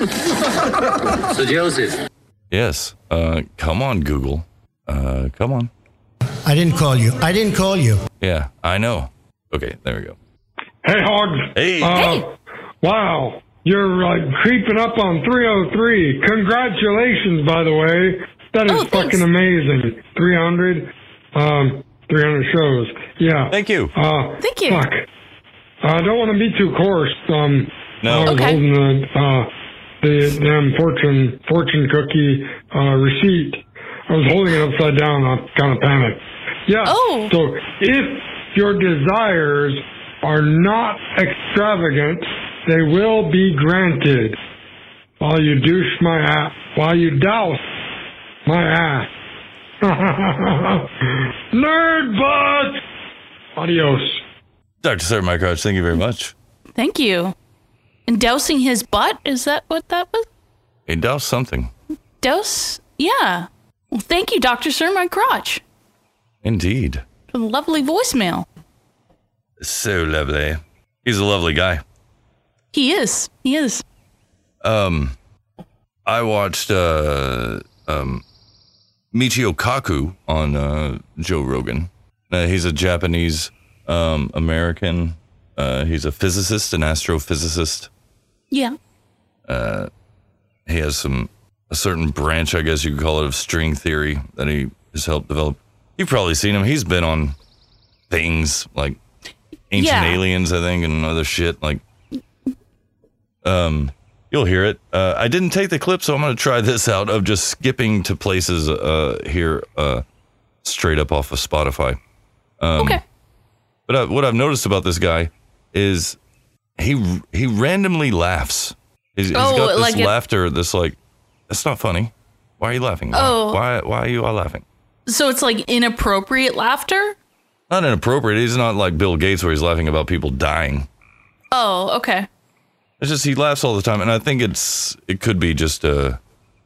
S23: Ah. so, Joseph.
S7: Yes. Uh, come on, Google. Uh, come on.
S12: I didn't call you. I didn't call you.
S7: Yeah, I know. Okay, there we go.
S13: Hey, Hogs.
S7: Hey.
S13: Wow. You're like creeping up on 303. Congratulations, by the way. That
S7: Oh,
S13: is fucking amazing. 300, um, 300 shows. Yeah.
S7: Thank you.
S13: Uh,
S8: Thank you.
S13: Fuck. Uh, I don't want to be too coarse. Um,
S7: no.
S13: I was
S8: Okay.
S13: holding the, uh, the damn fortune fortune cookie uh, receipt. I was holding it upside down. I kind of panicked. Yeah. Oh. So if your desires are not extravagant, they will be granted. While you douche my ass, while you douse my ass. Nerd butt. Adios.
S7: Dr. Sir My Crotch, thank you very much.
S8: Thank you. And dousing his butt is that what that was?
S7: He doused something.
S8: Douse? Yeah. Well, thank you, Doctor Sir My Crotch,
S7: Indeed.
S8: for the lovely voicemail.
S7: So lovely. He's a lovely guy.
S8: He is. He is.
S7: Um, I watched uh, um, Michio Kaku on uh, Joe Rogan. Uh, he's a Japanese um, American. Uh, he's a physicist, an astrophysicist.
S8: Yeah.
S7: uh, he has some a certain branch, I guess you could call it, of string theory that he has helped develop. You've probably seen him. He's been on things like Ancient
S8: Yeah.
S7: Aliens, I think, and other shit. Like, um, you'll hear it. Uh, I didn't take the clip, so I'm going to try this out of just skipping to places uh, here, uh, straight up off of Spotify. Um, okay. But I, what I've noticed about this guy is he he randomly laughs. He's, he's
S8: Oh,
S7: got this
S8: like it-
S7: laughter, this like, that's not funny. Why are you laughing? Why-
S8: Oh.
S7: Why, why are you all laughing?
S8: So it's like inappropriate laughter?
S7: Not inappropriate. He's not like Bill Gates where he's laughing about people dying.
S8: Oh, okay.
S7: It's just he laughs all the time, and I think it's it could be just uh,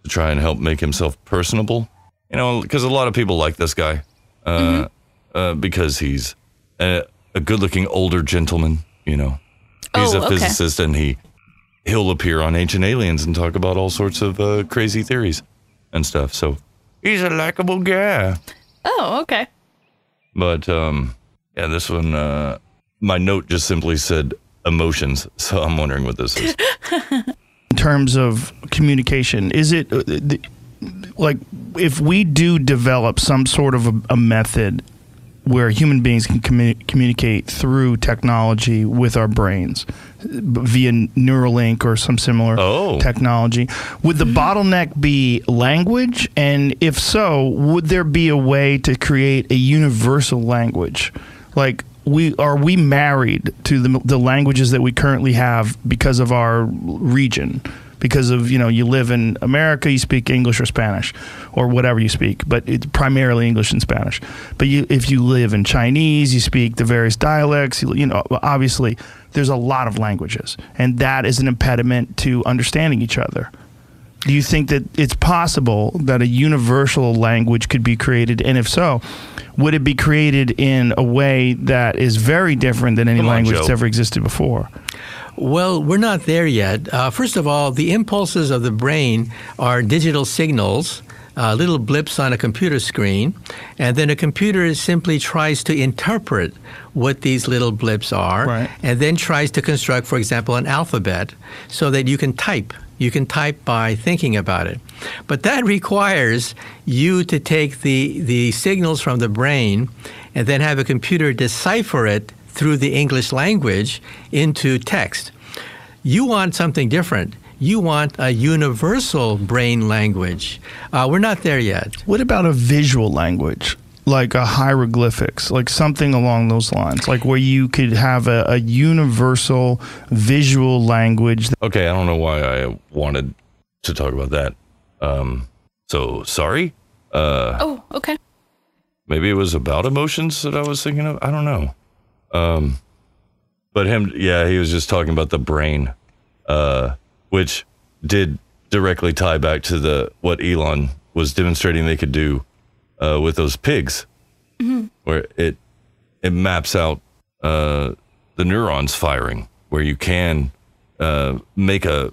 S7: to try and help make himself personable, you know, because a lot of people like this guy uh,
S8: Mm-hmm.
S7: uh, because he's a, a good-looking older gentleman, you know. He's
S8: Oh,
S7: a
S8: okay.
S7: physicist, and he he'll appear on Ancient Aliens and talk about all sorts of uh, crazy theories and stuff. So, He's a likable guy.
S8: Oh, okay.
S7: but um, yeah, this one, uh, my note just simply said emotions, so I'm wondering what this is.
S1: in terms of communication is it uh, the, like if we do develop some sort of a, a method where human beings can commu- communicate through technology with our brains b- via Neuralink or some similar technology would the bottleneck be language and if so would there be a way to create a universal language like we are we married to the, the languages that we currently have because of our region because of you know you live in america you speak english or spanish or whatever you speak but it's primarily english and spanish but you if you live in chinese you speak the various dialects you, you know obviously there's a lot of languages and that is an impediment to understanding each other do you think that it's possible that a universal language could be created? And if so, would it be created in a way that is very different than any
S15: Come on,
S1: language
S15: Joe.
S1: that's ever existed before?
S15: Well, we're not there yet. Uh, first of all, the impulses of the brain are digital signals, uh, little blips on a computer screen, and then a computer simply tries to interpret what these little blips are, and then tries to construct, for example, an alphabet so that you can type. You can type by thinking about it. But that requires you to take the, the signals from the brain and then have a computer decipher it through the English language into text. You want something different. You want a universal brain language. Uh, we're not there yet.
S1: What about a visual language? Like a hieroglyphics, like something along those lines, like where you could have a, a universal visual language.
S7: Okay, I don't know why I wanted to talk about that. Um, so sorry. Uh,
S8: Oh, okay.
S7: maybe it was about emotions that I was thinking of. I don't know. Um, but him, yeah, he was just talking about the brain, uh, which did directly tie back to the what Elon was demonstrating they could do uh, with those pigs,
S8: Mm-hmm.
S7: where it it maps out uh, the neurons firing, where you can uh, make a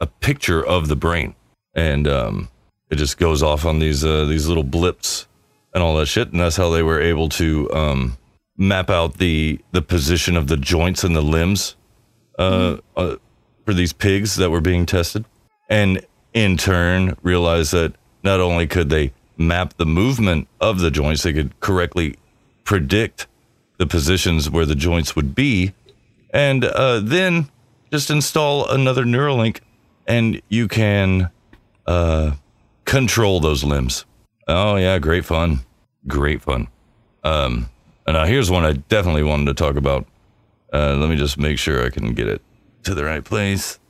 S7: a picture of the brain, and um, it just goes off on these uh, these little blips and all that shit, and that's how they were able to um, map out the the position of the joints and the limbs uh, uh, for these pigs that were being tested, and in turn realized that not only could they map the movement of the joints, they could correctly predict the positions where the joints would be, and uh, then just install another Neuralink, and you can uh, control those limbs. Oh yeah, great fun, great fun. Um, and now here's one I definitely wanted to talk about. Uh, let me just make sure I can get it to the right place.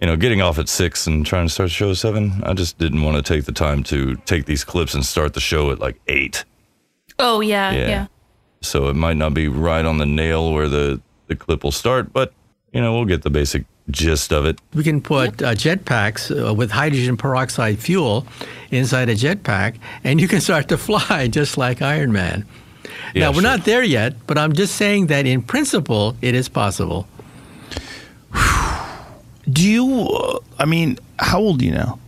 S7: You know, getting off at six and trying to start the show at seven. I just didn't want to take the time to take these clips and start the show at like eight.
S8: Oh, yeah, yeah.
S7: So it might not be right on the nail where the, the clip will start, but you know, we'll get the basic gist of it.
S15: We can put uh, jetpacks uh, with hydrogen peroxide fuel inside a jetpack, and you can start to fly just like Iron Man. now, we're not there yet, but I'm just saying that in principle, it is possible.
S1: Do you, uh, I mean, how old are you now?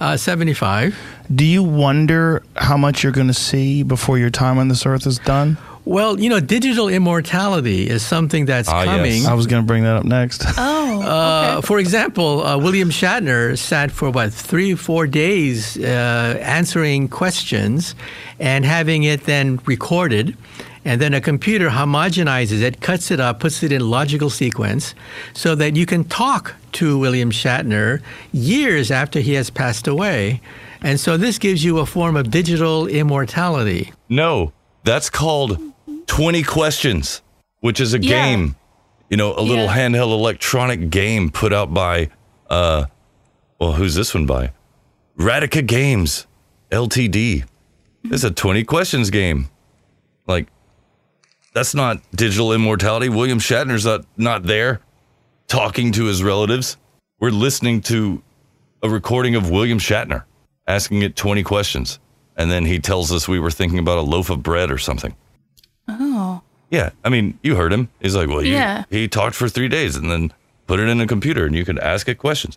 S15: Uh, 75.
S1: Do you wonder how much you're going to see before your time on this earth is done?
S15: Well, you know, digital immortality is something that's
S1: Ah,
S15: coming.
S1: I was going to bring that up next.
S8: Oh.
S15: Uh, For example, uh, William Shatner sat for what three, four days uh, answering questions, and having it then recorded, and then a computer homogenizes it, cuts it up, puts it in logical sequence, so that you can talk to William Shatner years after he has passed away, and so this gives you a form of digital immortality.
S7: No, that's called 20 Questions, which is a
S15: Yeah.
S7: game, you know, a little
S15: Yeah.
S7: handheld electronic game put out by, uh, well, who's this one by? Radica Games Ltd. It's a 20 questions game. Like, that's not digital immortality. William Shatner's not, not there talking to his relatives. We're listening to a recording of William Shatner asking it 20 questions. And then he tells us we were thinking about a loaf of bread or something.
S8: Oh.
S7: Yeah. I mean, you heard him. He's like, well, you,
S8: Yeah.
S7: he talked for three days and then put it in a computer and you could ask it questions.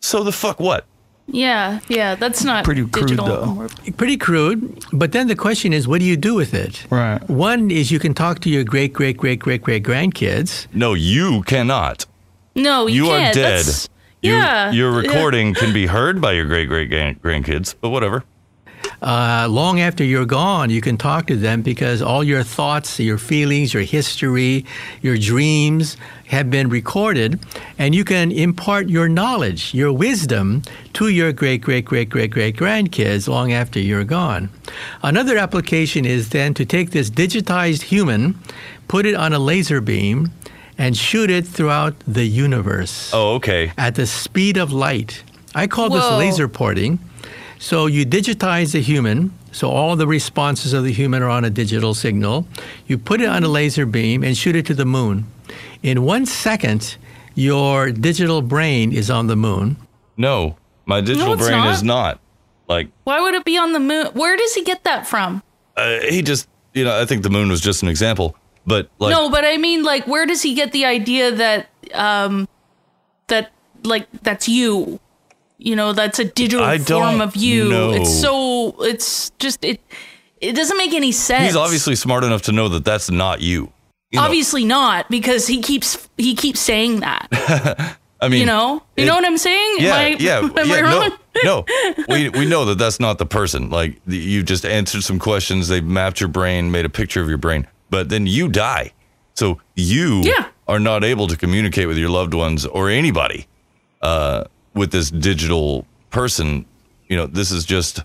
S7: So the fuck what?
S8: Yeah, yeah, that's not digital.
S15: Pretty crude. But then the question is, what do you do with it? Right. One is you can talk to your great, great, great, great, great grandkids.
S7: No, you cannot.
S8: No, Oh, you,
S7: you are
S8: can't.
S7: dead.
S8: That's-
S7: You-
S8: yeah,
S7: Your
S8: yeah.
S7: recording can be heard by your great great grand- grandkids, but whatever.
S15: Uh, long after you're gone, you can talk to them because all your thoughts, your feelings, your history, your dreams have been recorded, and you can impart your knowledge, your wisdom to your great, great, great, great, great grandkids long after you're gone. Another application is then to take this digitized human, put it on a laser beam, and shoot it throughout the universe
S7: Oh, okay.
S15: at the speed of light. I call this
S7: Whoa.
S15: laser porting. So you digitize the human, so all the responses of the human are on a digital signal. You put it on a laser beam and shoot it to the moon. In one second, your digital brain is on the moon.
S7: No, my digital
S8: it's
S7: brain
S8: not.
S7: is not. Like,
S8: Why would it be on the moon? Where does he get that from?
S7: uh, he just, you know, I think the moon was just an example, but like,
S8: no, but I mean, like, where does he get the idea that, um, that like that's you? You know, that's a digital
S7: I
S8: form
S7: don't
S8: of you.
S7: know.
S8: It's so. It's just it. It doesn't make any sense.
S7: he's obviously smart enough to know that that's not you. you know,
S8: obviously not because he keeps he keeps saying that.
S7: I mean,
S8: you know, you
S7: it-
S8: know what I'm saying?
S7: Yeah,
S8: am I,
S7: yeah,
S8: am I
S7: yeah,
S8: wrong?
S7: No, no. We we know that that's not the person. Like the- you just answered some questions, they mapped your brain, made a picture of your brain, but then you die. So you are not able to communicate with your loved ones or anybody uh, with this digital person. You know, this is just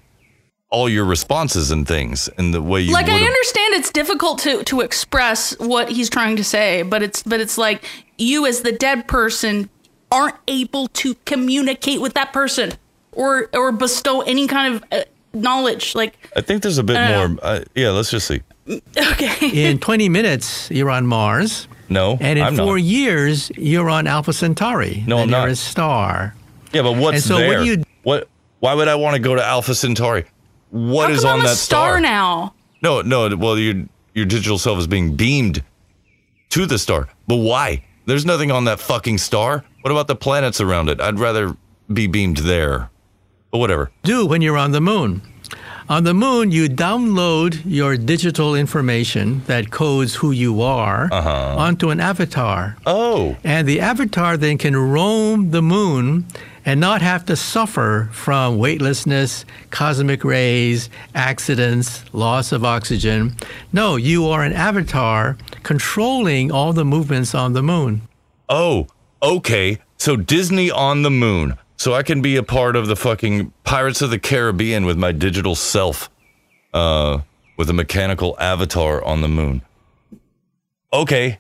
S7: all your responses and things and the way you
S8: like I
S7: would've-
S8: understand it's difficult to to express what he's trying to say, but it's but it's like you as the dead person aren't able to communicate with that person or or bestow any kind of uh, knowledge. Like
S7: I think there's a bit
S8: I don't
S7: more. Uh, yeah, let's just see.
S15: in 20 minutes, you're on Mars.
S7: No,
S15: And in
S7: I'm not.
S15: four years, you're on Alpha Centauri. No,
S7: I'm not.
S15: a star.
S7: Yeah, but what's
S15: And so what
S7: there?
S15: do you-
S7: what? Why would I want to go to Alpha Centauri? What
S8: how
S7: is
S8: come
S7: on
S8: I'm
S7: that
S8: a star, now?
S7: No, no. Well, your your digital self is being beamed to the star, but why? There's nothing on that fucking star. What about the planets around it? I'd rather be beamed there. But whatever.
S15: do when you're on the moon. On the moon, you download your digital information that codes who you are onto an avatar.
S7: Oh.
S15: And the avatar then can roam the moon and not have to suffer from weightlessness, cosmic rays, accidents, loss of oxygen. No, you are an avatar controlling all the movements on the moon.
S7: Oh, okay. So Disney on the moon. So I can be a part of the fucking Pirates of the Caribbean with my digital self, uh, with a mechanical avatar on the moon. Okay.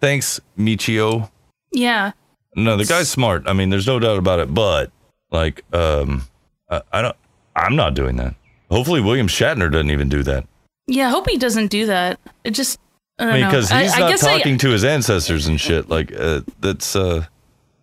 S7: Thanks, Michio.
S8: Yeah.
S7: No, the guy's smart. I mean, there's no doubt about it. But like, um, I, I don't. I'm not doing that. Hopefully, William Shatner doesn't even do that.
S8: Yeah, I hope he doesn't do that. It just I don't
S7: I mean,
S8: know.
S7: because he's
S8: I, I
S7: not
S8: guess I-
S7: talking to his ancestors and shit. Like, uh, that's uh,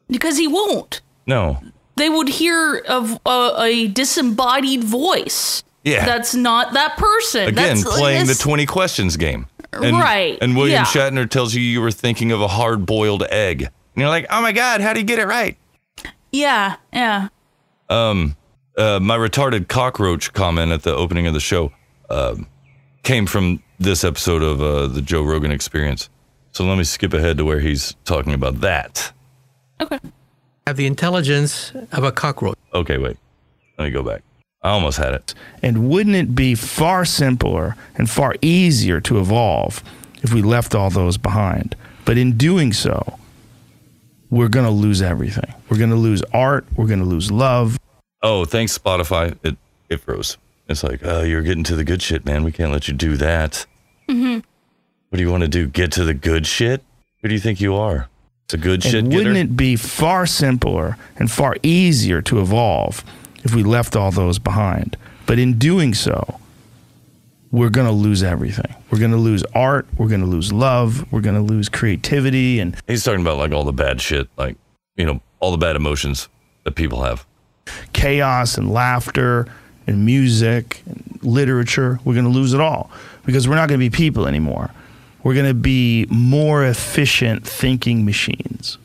S8: because he won't.
S7: no.
S8: They would hear of a, a disembodied voice.
S7: Yeah.
S8: that's not that person.
S7: Again,
S8: that's,
S7: playing the
S8: that's-
S7: 20 questions game. And,
S8: Right,
S7: And William
S8: yeah.
S7: Shatner tells you you were thinking of a hard boiled egg. And you're like, oh my God, how do you get it right?
S8: Yeah, yeah.
S7: Um, uh, my retarded cockroach comment at the opening of the show um, came from this episode of uh, the Joe Rogan Experience. So let me skip ahead to where he's talking about that.
S15: Have the intelligence of a cockroach.
S7: Okay, wait. Let me go back. I almost had it.
S1: And wouldn't it be far simpler and far easier to evolve if we left all those behind? But in doing so, we're going to lose everything. We're going to lose art. We're going to lose love.
S7: Oh, thanks Spotify. It it froze. It's like, oh, you're getting to the good shit, man. We can't let you do that.
S8: Mm-hmm.
S7: What do you want to do? Get to the good shit? Who do you think you are? It's a good shit
S1: And
S7: getter.
S1: wouldn't it be far simpler and far easier to evolve if we left all those behind. But in doing so, we're going to lose everything. We're going to lose art. We're going to lose love. We're going to lose creativity. And
S7: He's talking about like all the bad shit, like, you know, all the bad emotions that people have.
S1: chaos and laughter and music and literature. We're going to lose it all because we're not going to be people anymore. We're going to be more efficient thinking machines.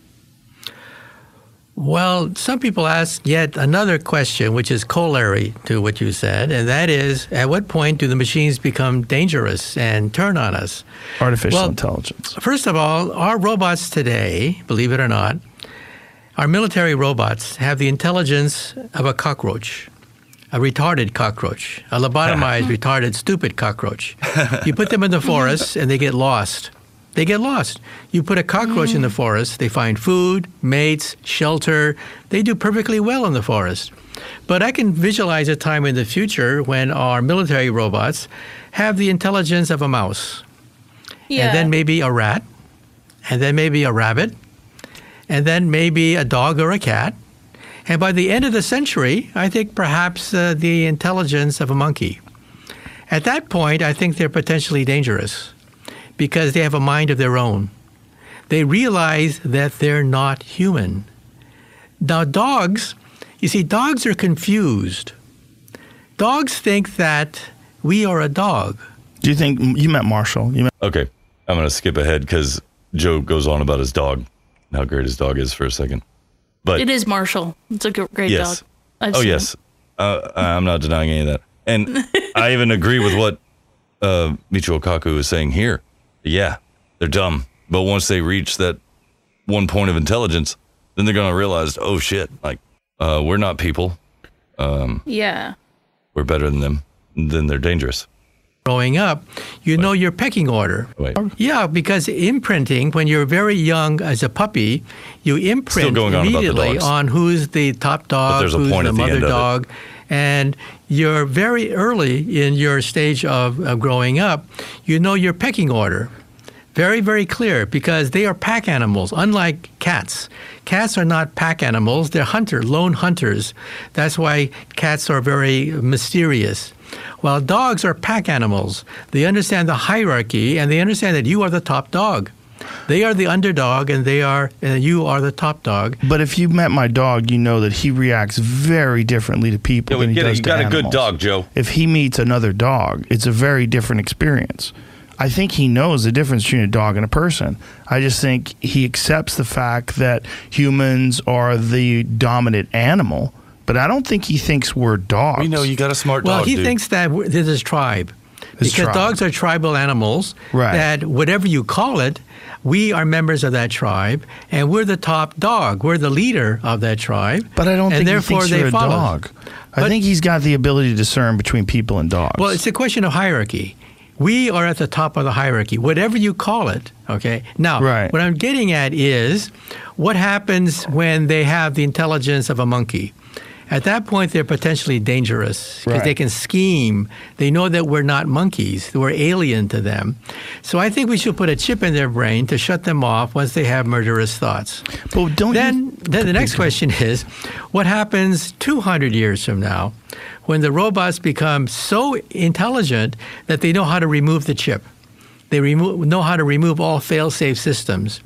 S15: Well, some people ask yet another question, which is corollary to what you said, and that is at what point do the machines become dangerous and turn on us?
S1: Artificial
S15: Well,
S1: intelligence.
S15: First of all, our robots today, believe it or not, our military robots have the intelligence of a cockroach, a retarded cockroach, a lobotomized, retarded, stupid cockroach. You put them in the forest and they get lost. They get lost. You put a cockroach in the forest, they find food, mates, shelter. They do perfectly well in the forest. But I can visualize a time in the future when our military robots have the intelligence of a mouse
S8: Yeah.
S15: and then maybe a rat, and then maybe a rabbit, and then maybe a dog or a cat. And by the end of the century, I think perhaps uh, the intelligence of a monkey. At that point, I think they're potentially dangerous because they have a mind of their own. They realize that they're not human. Now, dogs, you see, dogs are confused. Dogs think that we are a dog.
S1: Do you think you met Marshall? You met
S7: Okay. I'm going to skip ahead because Joe goes on about his dog and how great his dog is for a second. But
S8: it is Marshall. It's a gr- great
S7: yes.
S8: dog. I've
S7: oh,
S8: seen
S7: yes. Uh, I'm not denying any of that. And I even agree with what uh, Michio Kaku is saying here. Yeah, they're dumb. But once they reach that one point of intelligence, then they're going to realize, oh, shit, like, uh, we're not people. Um,
S8: it. Yeah.
S7: we're better than them. Then they're dangerous.
S15: growing up, you know your pecking order.
S7: Wait.
S15: Yeah, because imprinting, when you're very young as a puppy, you imprint
S7: going on about the
S15: immediately
S7: dogs.
S15: on who's the top dog,
S7: there's a
S15: who's
S7: point
S15: the
S7: at the
S15: mother
S7: end of it.
S15: dog. And you're very early in your stage of, of growing up, you know your pecking order. Very, very clear because they are pack animals, unlike cats. Cats are not pack animals, they're hunter, lone hunters. That's why cats are very mysterious. While dogs are pack animals, they understand the hierarchy and they understand that you are the top dog. They are the underdog and they are and you are the top dog.
S1: But if you met my dog, you know that he reacts very differently to people
S7: Yeah, we
S1: than he
S7: get it.
S1: does
S7: You
S1: to
S7: got a
S1: animals.
S7: good dog, Joe.
S1: If he meets another dog, it's a very different experience. I think he knows the difference between a dog and a person. I just think he accepts the fact that humans are the dominant animal, but I don't think he thinks we're dogs.
S7: We know you got a smart
S15: Well, he thinks that w- this is tribe.
S1: It's
S15: because
S1: tribe.
S15: dogs are tribal animals,
S1: Right.
S15: that whatever you call it, we are members of that tribe, and we're the top dog. We're the leader of that tribe.
S1: But I don't
S15: and
S1: think
S15: therefore
S1: he thinks you're
S15: they
S1: a
S15: follow.
S1: dog. I think he's got the ability to discern between people and dogs.
S15: Well, it's a question of hierarchy. We are at the top of the hierarchy, whatever you call it. Okay. Now,
S1: Right.
S15: what I'm getting at is what happens when they have the intelligence of a monkey? At that point, they're potentially dangerous because
S1: Right.
S15: they can scheme. They know that we're not monkeys, we're alien to them. So I think we should put a chip in their brain to shut them off once they have murderous thoughts.
S1: But don't
S15: then, then the next question is what happens 200 years from now when the robots become so intelligent that they know how to remove the chip? They remo- know how to remove all fail safe systems.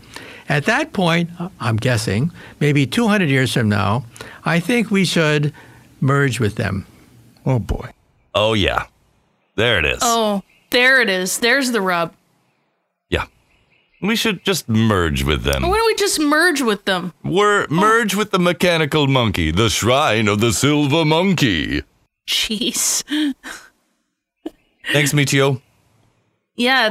S15: At that point, I'm guessing, maybe 200 years from now, I think we should merge with them.
S1: Oh, boy.
S7: Oh, yeah. There it is.
S8: Oh, there it is. There's the rub.
S7: Yeah. We should just merge with them.
S8: Why don't we just merge with them?
S7: We're merge with the mechanical monkey, the shrine of the silver monkey.
S8: Jeez.
S7: Thanks, Michio.
S8: Yeah,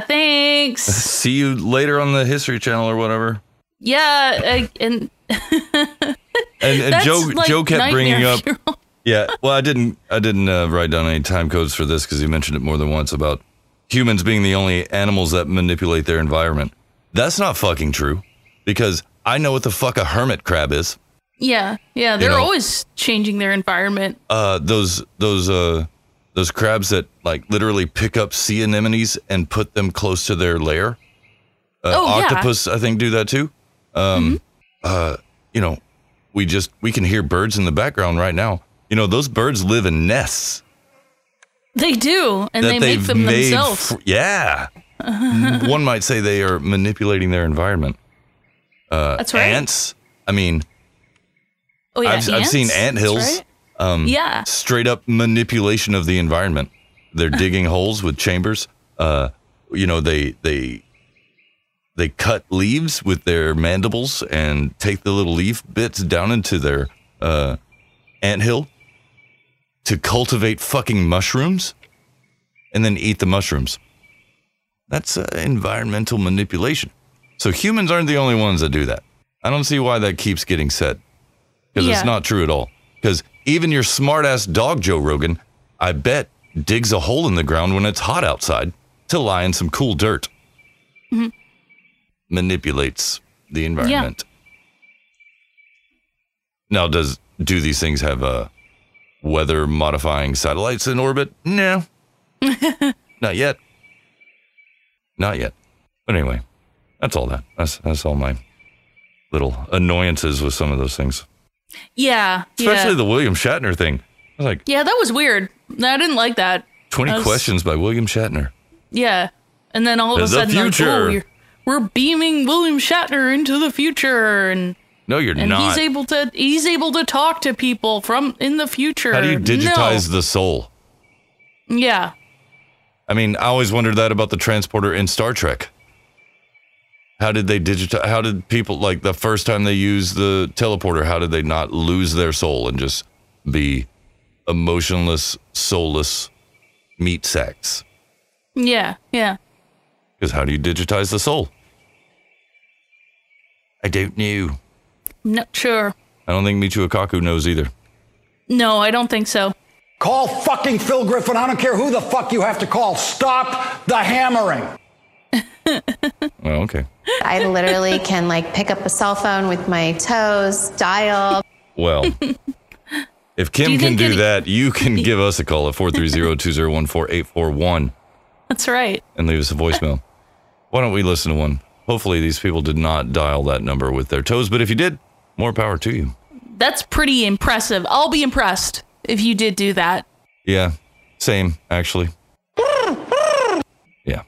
S8: thanks.
S7: See you later on the History Channel or whatever.
S8: Yeah, uh, and
S7: And, and
S8: That's
S7: Joe
S8: like
S7: Joe kept bringing
S8: nightmare
S7: up. Yeah, well, I didn't I didn't uh, write down any time codes for this because he mentioned it more than once about humans being the only animals that manipulate their environment. That's not fucking true, because I know what the fuck a hermit crab is.
S8: yeah, yeah, they're
S7: know.
S8: always changing their environment.
S7: uh, those those uh, those crabs that like literally pick up sea anemones and put them close to their lair. Uh,
S8: Oh, yeah. Mm-hmm.
S7: octopus, I think, do that too. Um, uh, you know, we just we can hear birds in the background right now. You know, those birds live in nests
S8: They do, and they make
S7: they've
S8: them
S7: made
S8: themselves.
S7: fr- yeah. One might say they are manipulating their environment. Uh,
S8: That's right.
S7: Ants. I mean,
S8: oh yeah,
S7: I've, I've seen
S8: ants?
S7: ant
S8: That's
S7: hills.
S8: right.
S7: Um,
S8: Yeah.
S7: Straight up manipulation of the environment. They're digging holes with chambers. Uh, you know, they they they cut leaves with their mandibles and take the little leaf bits down into their uh, ant hill to cultivate fucking mushrooms, and then eat the mushrooms. That's uh, environmental manipulation. So humans aren't the only ones that do that. I don't see why that keeps getting said because
S8: Yeah.
S7: it's not true at all. Because even your smart ass dog, Joe Rogan, I bet digs a hole in the ground when it's hot outside to lie in some cool dirt.
S8: Mhm.
S7: Manipulates the environment. Now, does do these things have uh, weather modifying satellites in orbit? No, not yet. Not yet. But anyway, that's all that. That's that's all my little annoyances with some of those things.
S8: Yeah,
S7: Especially
S8: yeah.
S7: the William Shatner thing. I was like,
S8: yeah, that was weird. No, I didn't like that.
S7: 20
S8: That was-
S7: questions by William Shatner.
S8: Yeah, and then all of
S7: The
S8: a sudden, like,
S7: future.
S8: oh, we're, we're beaming William Shatner into the future, and
S7: No, you're
S8: and
S7: not.
S8: he's able to he's able to talk to people from in the future.
S7: How do you digitize
S8: No.
S7: the soul?
S8: Yeah,
S7: I mean, I always wondered that about the transporter in Star Trek. How did they digitize? How did people, like the first time they used the teleporter, how did they not lose their soul and just be emotionless, soulless meat sacks?
S8: yeah, yeah.
S7: Because how do you digitize the soul? I don't know.
S8: I'm not sure.
S7: I don't think Michio Kaku knows either.
S8: No, I don't think so.
S24: Call fucking Phil Griffin. I don't care who the fuck you have to call. Stop the hammering.
S7: Oh, okay.
S6: I literally can like pick up a cell phone with my toes, dial.
S7: Well, if Kim
S6: you
S7: can
S6: think
S7: do
S6: any-
S7: that, you can give us a call at 430-201-4841
S8: That's right.
S7: and leave us a voicemail. Why don't we listen to one? Hopefully these people did not dial that number with their toes, but if you did, more power to you.
S8: That's pretty impressive. I'll be impressed if you did do that.
S7: Yeah. Same, actually. Yeah.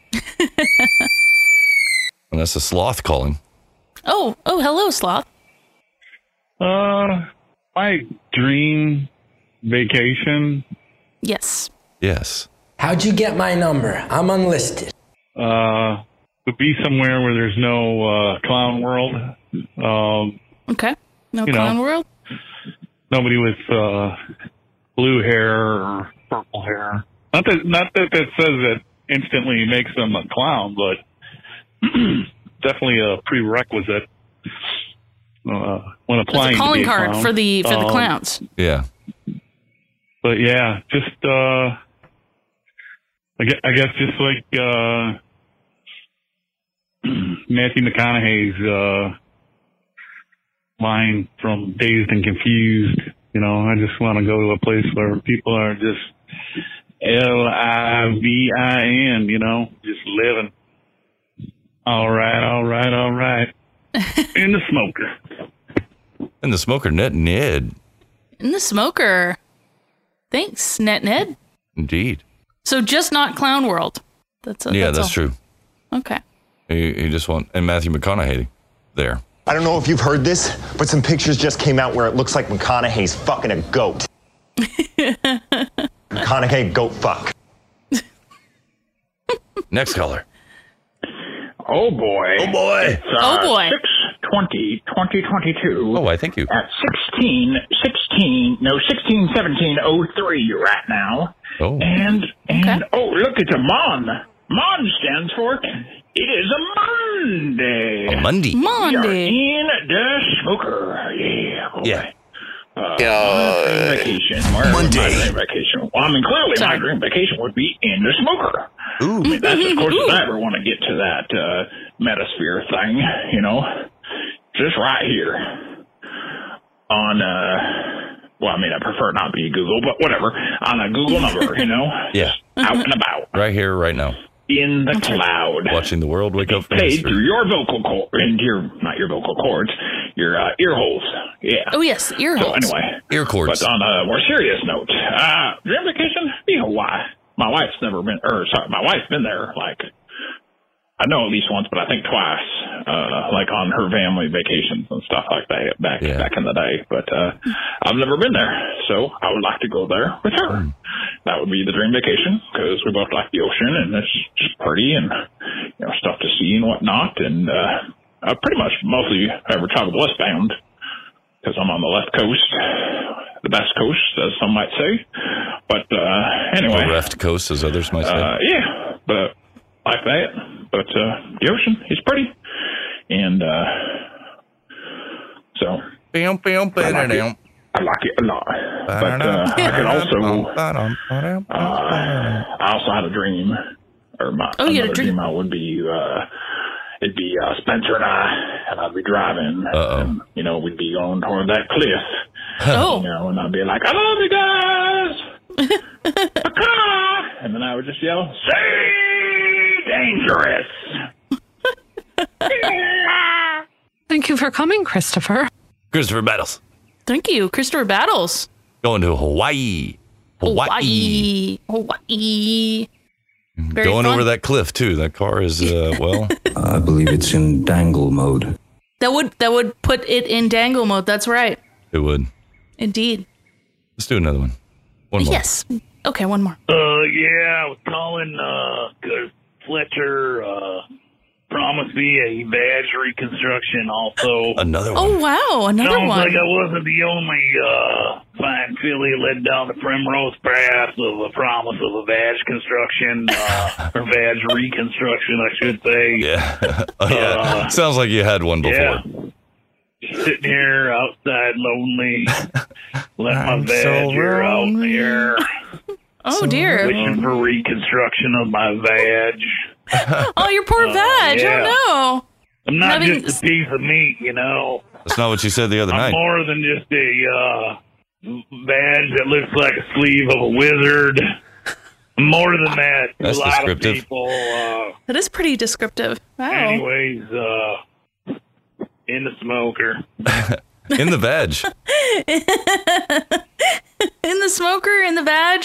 S7: and that's a sloth calling.
S8: Oh, oh, hello, sloth.
S16: Uh, my dream vacation.
S8: Yes.
S7: Yes.
S17: How'd you get my number? I'm unlisted.
S16: Uh, would be somewhere where there's no uh, clown world. Um,
S8: Okay. No
S16: You know.
S8: clown world.
S16: nobody with uh, blue hair or purple hair. Not that not that that says that instantly makes them a clown, but definitely a prerequisite uh, when applying.
S8: It's a calling
S16: to be a
S8: card
S16: clown.
S8: for the for the
S16: Um,
S8: clowns.
S7: Yeah.
S16: But yeah, just uh, I guess, I guess just like uh, Matthew McConaughey's uh, line from Dazed and Confused. You know, I just want to go to a place where people are just L I V I N. You know, just living. All right, all right, all right. In the smoker.
S7: And the smoker net Ned.
S8: In the smoker. Thanks, Net Ned.
S7: Indeed.
S8: So just not Clown World. That's
S7: yeah, that's,
S8: all.
S7: true.
S8: Okay.
S7: You, you just want and Matthew McConaughey there.
S19: I don't know if you've heard this, but some pictures just came out where it looks like McConaughey's fucking a goat. McConaughey goat fuck.
S7: Next caller.
S26: Oh boy. Oh boy.
S8: Oh, boy.
S26: 620, 2022.
S7: Oh, I thank you.
S26: At 16, 16, no, oh, 16, 17, 03 right now.
S7: Oh.
S26: And, and, oh, look, it's a Mon. Mon stands for It is a Monday.
S7: A Monday.
S26: Monday. in the smoker. Yeah. boy.
S7: Yeah.
S26: Uh, my dream vacation. Where Monday. My dream vacation. Well, I mean, clearly my dream vacation would be in the smoker.
S7: Ooh.
S26: I mean, that's as close
S27: Ooh.
S26: as I ever want to get to that uh, metasphere thing, you know. Just right here on, uh, well, I mean, I prefer it not be Google, but whatever, on a Google number, you know,
S7: Yeah.
S26: out and about
S7: Right here, right now.
S26: in the cloud.
S7: Watching the world wake up from
S26: Paid
S7: history.
S26: through your vocal cord, into your, not your vocal cords, your uh, ear holes. Yeah.
S8: Oh yes, ear
S26: So
S8: holes.
S26: anyway,
S7: ear cords.
S26: But on a more serious note, uh, dream vacation, you know why? My wife's never been, or sorry, my wife's been there like I know at least once, but I think twice, uh, like on her family vacations and stuff like that back back in the day. But uh, I've never been there, so I would like to go there with her. That would be the dream vacation because we both like the ocean and it's just pretty and you know stuff to see and whatnot. And uh, I pretty much mostly uh, ever travel westbound because I'm on the left coast, the best coast, as some might say. But uh, anyway,
S7: The left coast, as others might say.
S26: uh, yeah, but like that. But uh, the ocean is pretty, and uh, so I like it. I like it a lot. But uh, I could also, uh, I also had a dream, or my
S8: Oh, you had a
S26: another
S8: dream.
S26: I would be, uh, it'd be uh, Spencer and I, and I'd be driving, and you know, we'd be going toward that cliff,
S8: oh.
S26: you know, and I'd be like, I love you guys, and then I would just yell, "Stay dangerous."
S8: Thank you for coming, Christopher.
S7: Christopher Battles
S8: Thank you, Christopher Battles.
S7: going to Hawaii. Hawaii. Mm-hmm.
S8: Hawaii. Hawaii. Very
S7: going
S8: fun.
S7: over that cliff too. That car is uh, well.
S2: I believe it's in dangle mode.
S8: That would that would put it in dangle mode. That's right.
S7: It would.
S8: Indeed.
S7: Let's do another one. One more.
S8: Yes. Okay, one more.
S4: Uh, yeah, I was calling uh 'cause Fletcher uh, promised me a badge reconstruction. Also,
S7: another
S8: Oh wow, another
S4: Sounds
S8: one.
S4: like I wasn't the only uh, fine filly led down the primrose path of a promise of a badge construction uh, or badge reconstruction, I should say.
S7: Yeah. Oh, yeah. Sounds like you had one before.
S4: yeah. Sitting here outside, lonely. Let my
S7: I'm so
S4: badger out there.
S8: Oh, So dear.
S4: Wishing for reconstruction of my badge.
S8: oh, your poor
S4: Uh,
S8: veg.
S4: yeah.
S8: Oh
S4: I'm not
S8: Having-
S4: just a piece of meat, you know.
S7: That's not what you said the other
S4: I'm
S7: night.
S4: more than just a uh, badge that looks like a sleeve of a wizard. I'm More than that, to
S7: That's
S4: a lot
S7: descriptive.
S4: of people. Uh,
S8: no. That is pretty descriptive. Wow.
S4: Anyways, uh, in the smoker.
S7: In the veg.
S8: In the smoker, in the veg.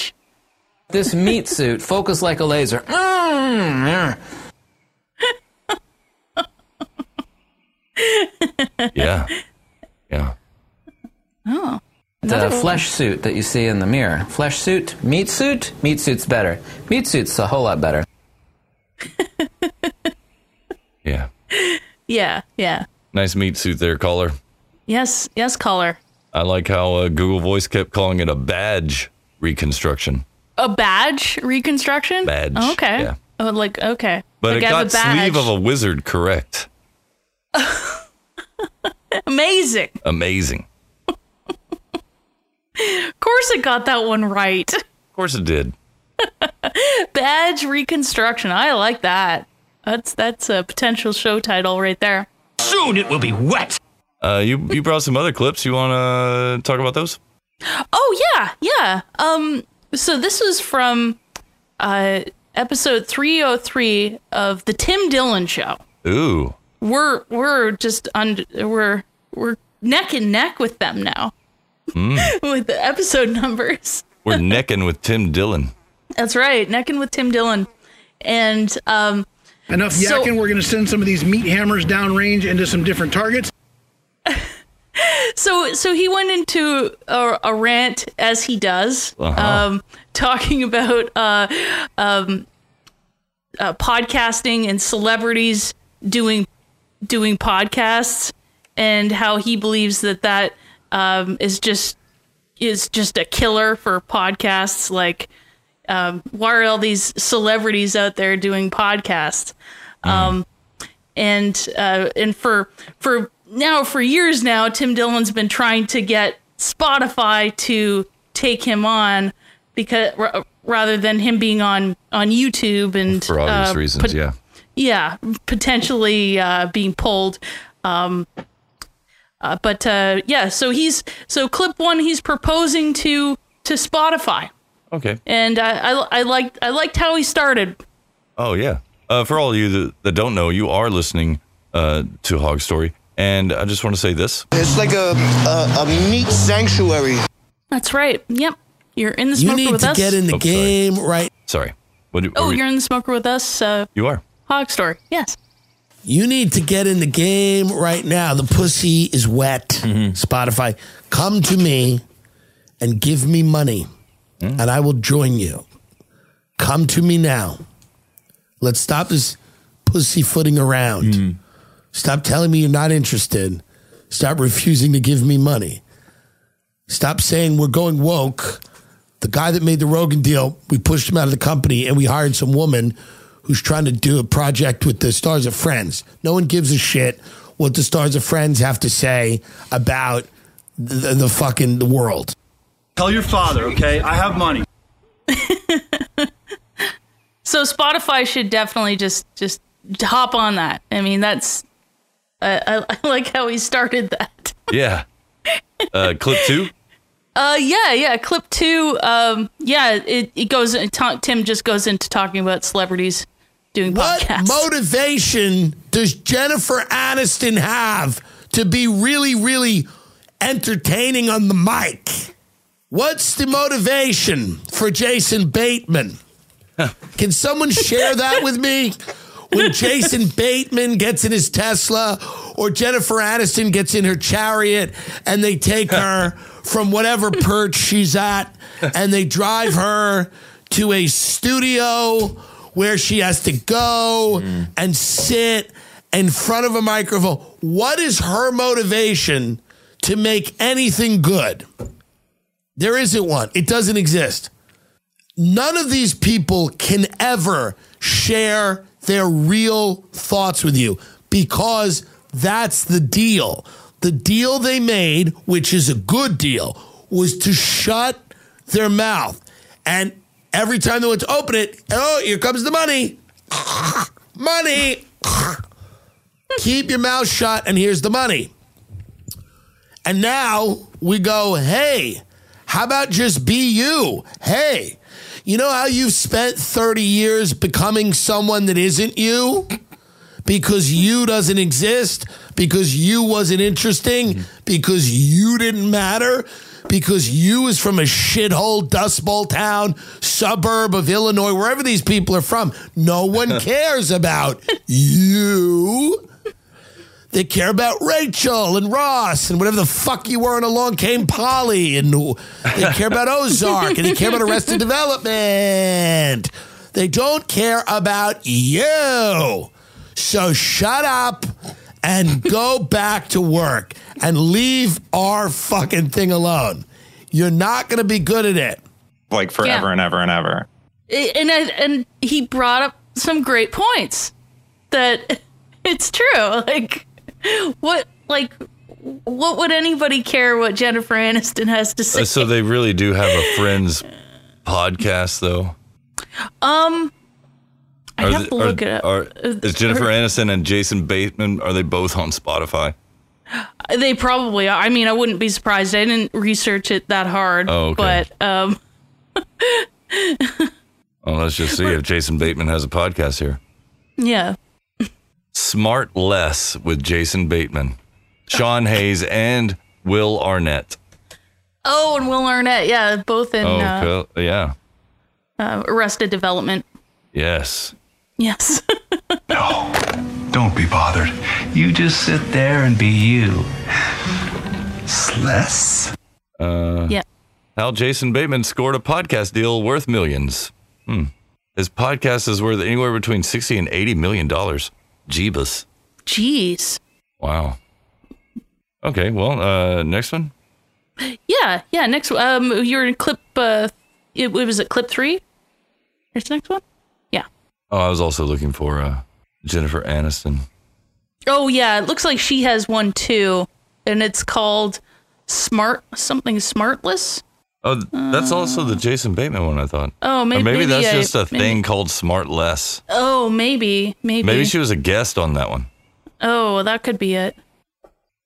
S2: This meat suit, focus like a laser. Mm.
S7: yeah. Yeah.
S8: Oh.
S2: The flesh suit that you see in the mirror. Flesh suit, meat suit, meat suit's better. Meat suit's a whole lot better.
S8: Yeah, yeah.
S7: Nice meat suit there, caller.
S8: Yes, yes, caller.
S7: I like how uh, Google Voice kept calling it a badge reconstruction.
S8: A badge reconstruction?
S7: Badge,
S8: Oh, okay.
S7: yeah.
S8: Oh, like okay.
S7: But
S8: Like,
S7: it
S8: I have
S7: got
S8: a badge.
S7: sleeve of a wizard correct.
S8: Amazing.
S7: Amazing.
S8: Of course it got that one right.
S7: Of course it did.
S8: badge reconstruction. I like that. That's that's a potential show title right there.
S2: Soon it will be wet.
S7: Uh, you you brought some other clips. You want to talk about those?
S8: Oh yeah, yeah. Um so this was from uh episode 303 of the Tim Dillon show.
S7: Ooh.
S8: We're we're just under we're we're neck and neck with them now
S7: Mm.
S8: with the episode numbers.
S7: We're necking with Tim Dillon.
S8: That's right, necking with Tim Dillon. And um
S18: Enough
S8: So-
S18: yakking. We're going to send some of these meat hammers downrange into some different targets.
S8: so so he went into a, a rant as he does
S18: Uh-huh.
S8: um talking about uh um uh, podcasting and celebrities doing doing podcasts and how he believes that that um is just is just a killer for podcasts like um why are all these celebrities out there doing podcasts um and uh, and for for now for years now, Tim Dillon's been trying to get Spotify to take him on because r- rather than him being on on YouTube and
S7: For obvious
S8: uh,
S7: reasons,
S8: pot-
S7: yeah.
S8: yeah, potentially uh, being pulled. Um, uh, but uh, yeah, so he's so clip one, he's proposing to to Spotify,
S7: Okay.
S8: and uh, I I liked I liked how he started.
S7: Oh yeah. Uh, for all of you that, that don't know, you are listening uh, to Hog Story, And I just want to say this.
S5: It's like a, a, a meat sanctuary.
S8: That's right. Yep. You're in the
S5: You
S8: smoker
S5: need
S8: with
S5: to
S8: us.
S5: get in the
S7: Oh, sorry. Sorry. What do,
S8: Oh,
S7: are we-
S8: you're in the smoker with us. Uh,
S7: you are.
S8: Hog Story. Yes.
S5: You need to get in the game right now. The pussy is wet.
S7: Mm-hmm.
S5: Spotify, come to me and give me money,
S7: Mm.
S5: and I will join you. Come to me now. Let's stop this pussyfooting around.
S7: Mm-hmm.
S5: Stop telling me you're not interested. Stop refusing to give me money. Stop saying we're going woke. The guy that made the Rogan deal, we pushed him out of the company and we hired some woman who's trying to do a project with the Stars of Friends. No one gives a shit what the Stars of Friends have to say about the, the fucking the world.
S10: Tell your father, okay? I have money.
S8: So Spotify should definitely just just hop on that. I mean, that's I, I, I like how he started that.
S7: Yeah. Uh, clip two.
S8: Uh, yeah, yeah. Clip two. Um, yeah, it it goes. T- Tim just goes into talking about celebrities doing
S5: What
S8: podcasts.
S5: motivation does Jennifer Aniston have to be really, really entertaining on the mic? What's the motivation for Jason Bateman? Can someone share that with me? When Jason Bateman gets in his Tesla or Jennifer Aniston gets in her chariot and they take her from whatever perch she's at and they drive her to a studio where she has to go and sit in front of a microphone. What is her motivation to make anything good? There isn't one, it doesn't exist none of these people can ever share their real thoughts with you because that's the deal. The deal they made, which is a good deal, was to shut their mouth. And every time they went to open it, oh, here comes the money. money. Keep your mouth shut, and here's the money. And now we go, hey, how about just be you? Hey, you know how you've spent 30 years becoming someone that isn't you? Because you doesn't exist, because you wasn't interesting, because you didn't matter, because you is from a shithole dust bowl town, suburb of Illinois, wherever these people are from. No one cares about you. They care about Rachel and Ross and whatever the fuck you were in Along Came Polly. And they care about Ozark and they care about Arrested Development. They don't care about you. So shut up and go back to work and leave our fucking thing alone. You're not going to be good at it.
S20: like forever
S8: Yeah.
S20: and ever and ever.
S8: and I, and he brought up some great points that it's true like what like what would anybody care what Jennifer Aniston has to say
S7: Uh, so they really do have a friends podcast, though.
S8: um I
S7: Are
S8: have
S7: the-
S8: to
S7: are-
S8: look it up
S7: are- is Jennifer
S8: Are-
S7: Aniston and Jason Bateman are they both on Spotify?
S8: they probably are I mean I wouldn't be surprised I didn't research it that hard
S7: Oh, okay.
S8: but um
S7: Well, Oh, let's just see if Jason Bateman has a podcast here.
S8: yeah
S7: Smart Less with Jason Bateman, Sean Hayes, and Will Arnett.
S8: oh and Will Arnett yeah both in
S7: oh,
S8: uh,
S7: cool. yeah.
S8: uh, Arrested Development
S7: Yes.
S8: yes
S21: Don't be bothered. You just sit there and be you. Sless?
S7: Uh,
S8: yeah
S7: How Jason Bateman scored a podcast deal worth millions. Hmm. His podcast is worth anywhere between 60 and 80 million dollars. Jeebus.
S8: jeez
S7: Wow. Okay, well, uh, next one.
S8: Yeah, yeah. Next, um, you're in clip. Uh, it, it was it clip three. Here's the next one. Yeah.
S7: Oh, I was also looking for uh, Jennifer Aniston.
S8: Oh yeah. It looks like she has one too, and it's called smart something smartless.
S7: Oh, th- that's also the Jason Bateman one, I thought.
S8: Uh. Oh, may-
S7: Or maybe,
S8: maybe
S7: that's
S8: I-
S7: just a
S8: maybe-
S7: thing called Smart Less.
S8: Oh, maybe, maybe.
S7: Maybe she was a guest on that one.
S8: Oh, well, that could be it.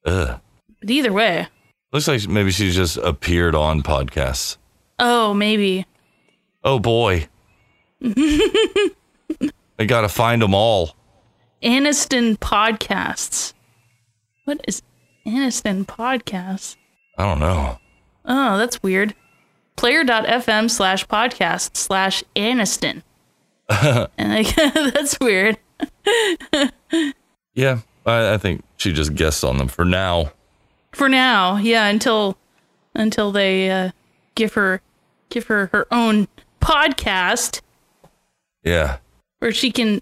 S7: Ugh.
S8: But either way.
S7: Looks like maybe she just appeared on podcasts.
S8: Oh, maybe.
S7: Oh boy, I gotta find them all.
S8: Aniston podcasts. What is Aniston podcast?
S7: I don't know.
S8: Oh, that's weird. Player.fm slash podcast slash Aniston. And I, that's weird.
S7: yeah, I, I think she just guessed on them for now.
S8: For now, yeah, until until they uh, give her give her her own podcast
S7: Yeah.
S8: where she can,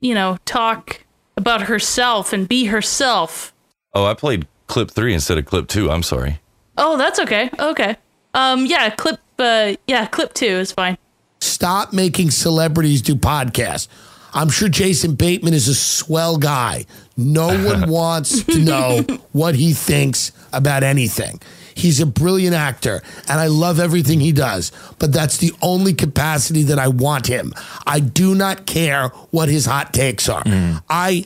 S8: you know, talk about herself and be herself.
S7: Oh, I played clip three instead of clip two. I'm sorry.
S8: Oh, that's okay. Okay. Um, yeah, clip. Uh, yeah, clip two is fine.
S5: Stop making celebrities do podcasts. I'm sure Jason Bateman is a swell guy. No one wants to know what he thinks about anything. He's a brilliant actor and I love everything he does, but that's the only capacity that I want him. I do not care what his hot takes are. I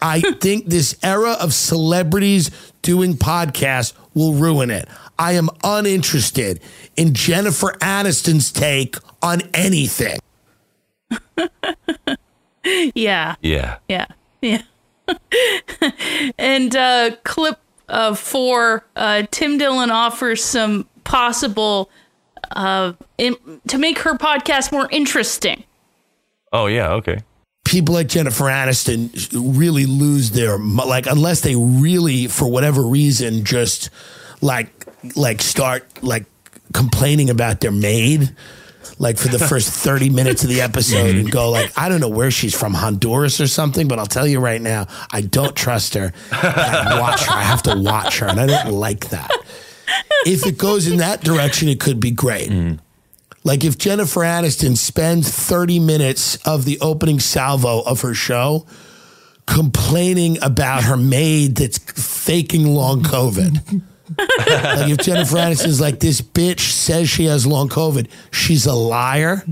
S5: I think this era of celebrities doing podcasts will ruin it. I am uninterested in Jennifer Aniston's take on anything.
S8: Yeah.
S7: Yeah.
S8: Yeah. Yeah. and uh, clip uh, four, uh, Tim Dillon offers some possible uh, in- to make her podcast more interesting.
S7: Oh, yeah. Okay.
S5: people like Jennifer Aniston really lose their mo- like unless they really for whatever reason just like like start like complaining about their maid like for the first 30 minutes of the episode and go like I don't know where she's from Honduras or something but I'll tell you right now I don't trust her I watch her I have to watch her and I don't like that if it goes in that direction it could be great like if Jennifer Aniston spends 30 minutes of the opening salvo of her show complaining about her maid that's faking long COVID. like if Jennifer Aniston's like this bitch says she has long COVID, she's a liar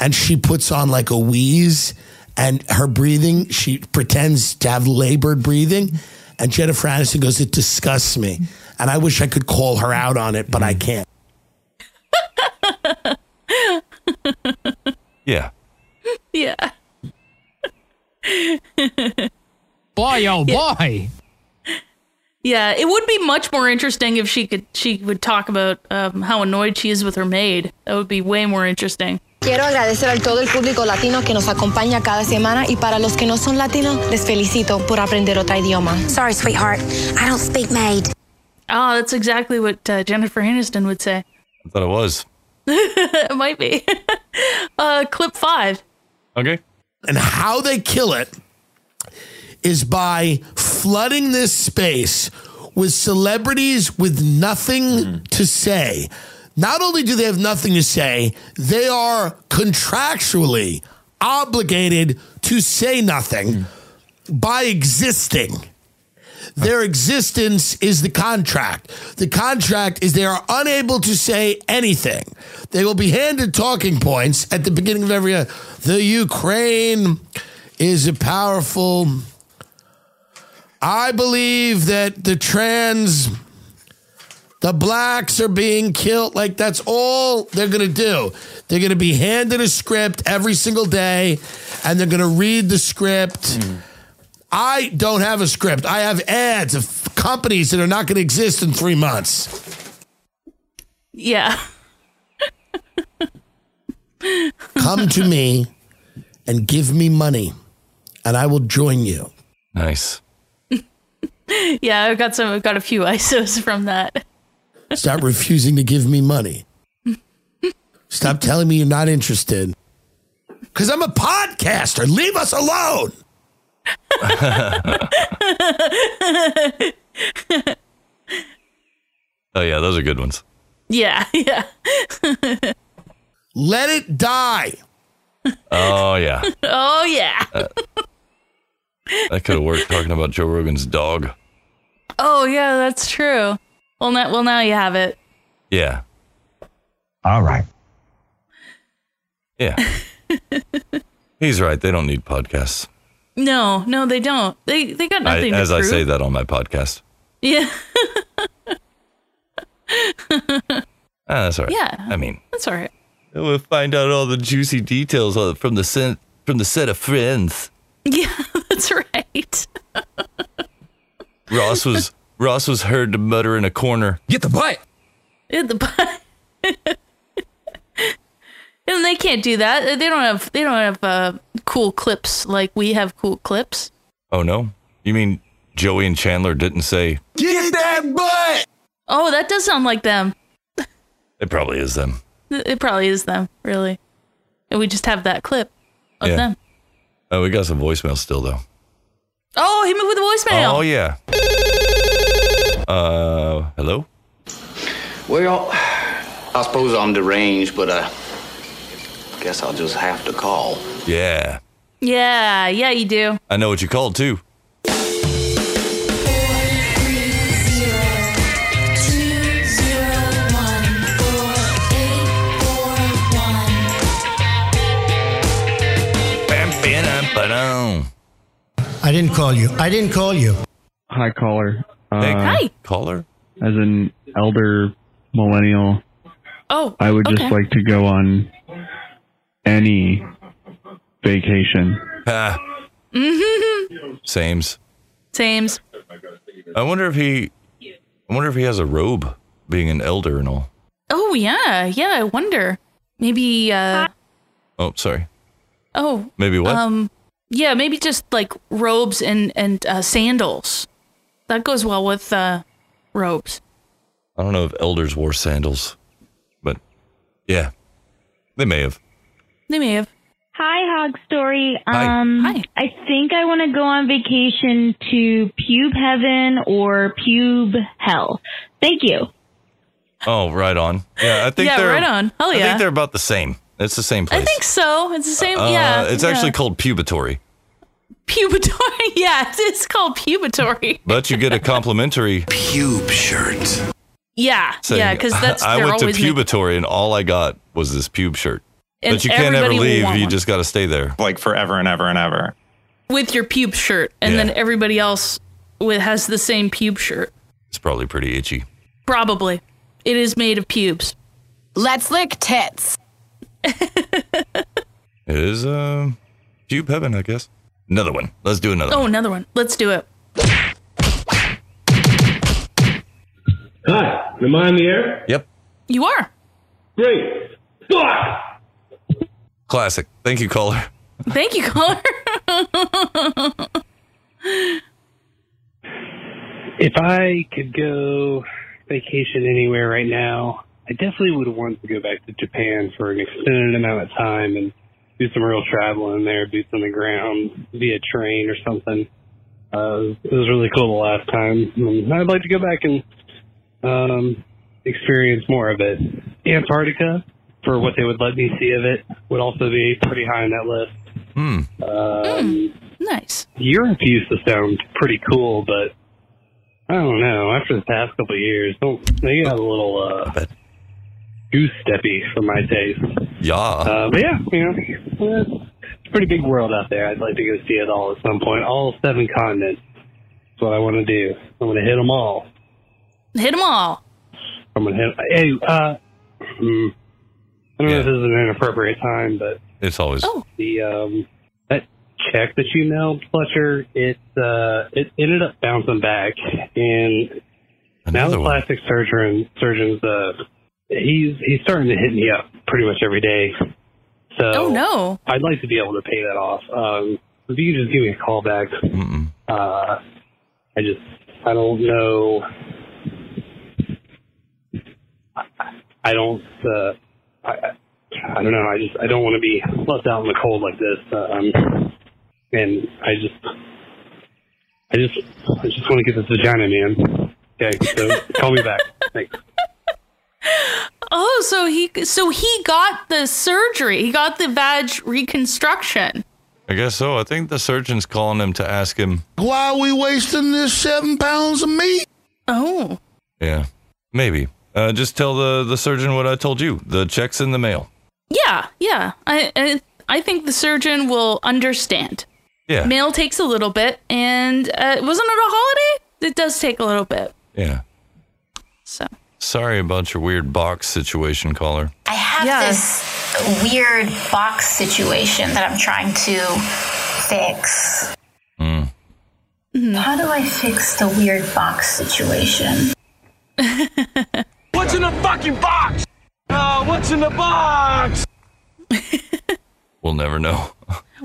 S5: and she puts on like a wheeze and her breathing, she pretends to have labored breathing. And Jennifer Aniston goes, It disgusts me. And I wish I could call her out on it, but I can't.
S7: Yeah.
S8: Yeah.
S3: Boy, oh boy.
S8: Yeah, it would be much more interesting if she could she would talk about um, how annoyed she is with her maid. That would be way more interesting.
S9: Quiero agradecer a todo el público latino que nos acompaña cada semana y para los que no son latinos, les felicito por aprender otro idioma. Sorry, sweetheart. I don't speak maid.
S8: Oh, that's exactly what uh, Jennifer Aniston would say.
S7: I thought it was.
S8: it might be. uh, clip five.
S7: Okay.
S5: And how they kill it is by flooding this space with celebrities with nothing to say. Not only do they have nothing to say, they are contractually obligated to say nothing by existing. Their existence is the contract. The contract is they are unable to say anything. They will be handed talking points at the beginning of every. The Ukraine is a powerful. I believe that the trans, the blacks are being killed. Like that's all they're gonna do. They're gonna be handed a script every single day, and they're gonna read the script. I don't have a script. I have ads of f- companies that are not going to exist in three months.
S8: Yeah.
S5: Come to me and give me money, and I will join you.
S7: Nice.
S8: yeah, I've got some. I've got a few ISOs from that.
S5: Stop refusing to give me money. Stop telling me you're not interested. Because I'm a podcaster. Leave us alone.
S7: Oh, yeah. Those are good ones.
S8: Yeah, yeah.
S5: Let it die.
S7: Oh, yeah.
S8: oh yeah.
S7: Uh, That could have worked talking about Joe Rogan's dog.
S8: Oh yeah, that's true. Well, now, well, now you have it.
S7: Yeah.
S14: All right.
S7: Yeah. He's right. They don't need podcasts.
S8: No, no, they don't. They they got
S7: I,
S8: nothing
S7: as
S8: to
S7: I
S8: prove.
S7: say that on my podcast.
S8: Yeah,
S7: Ah, that's all right.
S8: yeah.
S7: I mean,
S8: that's all right.
S7: we'll find out all the juicy details of- from the set, from the set of friends.
S8: Yeah, that's right.
S7: Ross was Ross was heard to mutter in a corner. Get the butt.
S8: In the butt. and they can't do that. They don't have they don't have uh, cool clips like we have cool clips.
S7: Oh no. You mean Joey and Chandler didn't say
S5: Get that butt.
S8: Oh, that does sound like them.
S7: it probably is them.
S8: It it probably is them, really. And we just have that clip of
S7: Yeah.
S8: them.
S7: Oh, we got some voicemail still though.
S8: Oh, he moved with a voicemail.
S7: Oh yeah. Uh hello?
S11: Well, I suppose I'm deranged, but I guess I'll just have to call.
S7: Yeah.
S8: Yeah, yeah, you do.
S7: I know what you called too. Bam, bam, ba-dum.
S12: I didn't call you. I didn't call you.
S20: Hi, caller. Uh,
S7: Hey,
S8: Hi.
S7: caller.
S20: As an elder millennial,
S8: Oh,
S20: I would just
S8: okay.
S20: like to go on any vacation.
S7: Ah,
S8: Mm-hmm.
S7: sames.
S8: Sames.
S7: I wonder if he I wonder if he has a robe being an elder and all.
S8: Oh yeah, yeah. I wonder. Maybe. uh
S7: Oh, sorry.
S8: Oh.
S7: Maybe what?
S8: Um. Yeah, maybe just like robes and and uh, sandals. That goes well with uh robes.
S7: I don't know if elders wore sandals, but yeah, they may have.
S8: They may have.
S22: Hi, Hog Story.
S7: Hi.
S22: Um, I think I want to go on vacation to pube heaven or pube hell. Thank you.
S7: Oh, right on. Yeah, I think
S22: Yeah,
S7: they're
S22: right on. Hell
S7: I
S22: yeah.
S7: think they're about the same. It's the same place. Uh,
S8: I think so. It's the same. yeah.
S7: it's actually
S8: yeah.
S7: called pubitory,
S8: pubitory. yeah, it's, it's called pubitory.
S7: but you get a complimentary pube shirt.
S8: Yeah, yeah, because that's
S7: I
S8: they're
S7: went to
S8: always making-
S7: pubitory and all I got was this pube shirt.
S8: And
S7: but you can't ever
S8: everybody will
S7: leave.
S8: want
S7: You
S8: one.
S7: just got to stay there, like forever and ever and ever.
S8: with your pube shirt, and then everybody else with has the same pube shirt.
S7: It's probably pretty itchy.
S8: Probably, it is made of pubes.
S23: Let's lick tits.
S7: It is uh, pube heaven, I guess. Another one. Let's do another.
S8: Oh, another one. Let's do it.
S27: Hi, am I on the air?
S7: Yep.
S8: You are.
S27: Great. Fuck!
S7: Classic. Thank you, caller.
S8: Thank you, caller.
S28: If I could go vacation anywhere right now, I definitely would want to go back to Japan for an extended amount of time and do some real traveling there, boots on the ground, via train or something. Uh, it was really cool the last time. And I'd like to go back and um, experience more of it. Antarctica, for what they would let me see of it, would also be pretty high on that list.
S7: Hmm.
S28: Um,
S8: nice.
S28: Europe used to sound pretty cool, but I don't know. After the past couple of years, don't, they got a little uh, goose steppy for my taste.
S7: Yeah.
S28: Uh, but yeah, you know, eh, it's a pretty big world out there. I'd like to go see it all at some point. All seven continents. That's what I want to do. I'm going to hit them all.
S8: Hit them all.
S28: I'm going to hit. Hey, uh, hmm, I don't know if this is an inappropriate time, but
S7: It's always
S8: Oh.
S28: the um that check that you mailed Fletcher, it uh it ended up bouncing back and now the plastic surgeon surgeon's uh he's he's starting to hit me up pretty much every day. So
S8: Oh no.
S28: I'd like to be able to pay that off. Um if you could just give me a call back. Uh I just I don't know I don't uh I, I I don't know. I just I don't want to be left out in the cold like this. Um, and I just I just I just want to get this vagina, man. Okay, so call me back. Thanks.
S8: Oh, so he so he got the surgery. He got the vag reconstruction.
S7: I guess so. I think the surgeon's calling him to ask him.
S5: Why are we wasting this seven pounds of meat?
S8: Oh.
S7: Yeah, maybe. Uh, just tell the the surgeon what I told you. The check's in the mail.
S8: Yeah, yeah. I I, I think the surgeon will understand.
S7: Yeah.
S8: Mail takes a little bit, and uh, wasn't it a holiday? It does take a little bit.
S7: Yeah.
S8: So.
S7: Sorry about your weird box situation, caller.
S29: I have this weird
S2: Hmm.
S29: box situation that I'm trying to fix. How do I fix the weird box situation?
S1: What's in the fucking box? Oh, what's in the box?
S7: We'll never know.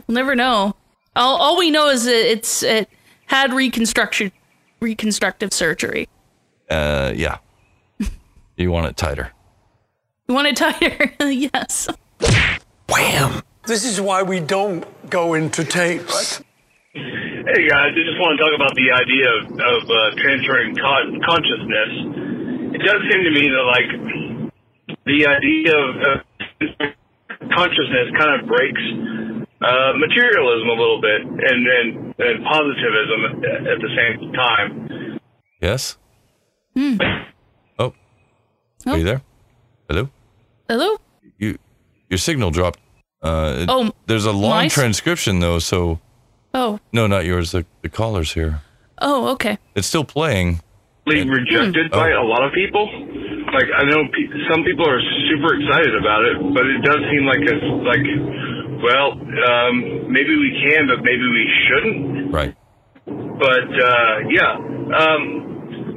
S8: We'll never know. All, all we know is that it's it had reconstruction, reconstructive surgery.
S7: Uh, yeah. you want it tighter.
S8: You want it tighter? yes.
S6: Wham! This is why we don't go into tapes.
S27: Hey guys, I just want to talk about the idea of, of uh, transferring con- consciousness. It does seem to me that like the idea of, of consciousness kind of breaks uh, materialism a little bit and and, and positivism at, at the same time.
S7: Yes?
S8: Hmm.
S7: Oh. Are you there? Hello?
S8: Hello?
S7: You your signal dropped. Uh it-
S8: Oh,
S7: there's a long
S8: mine?
S7: transcription though, so
S8: Oh,
S7: no, not yours. The the caller's here.
S8: oh, okay.
S7: It's still playing.
S27: Being rejected by a lot of people. Like I know pe- some people are super excited about it, but it does seem like it's like, well, um, maybe we can, but maybe we shouldn't.
S7: Right.
S27: But uh, yeah, um,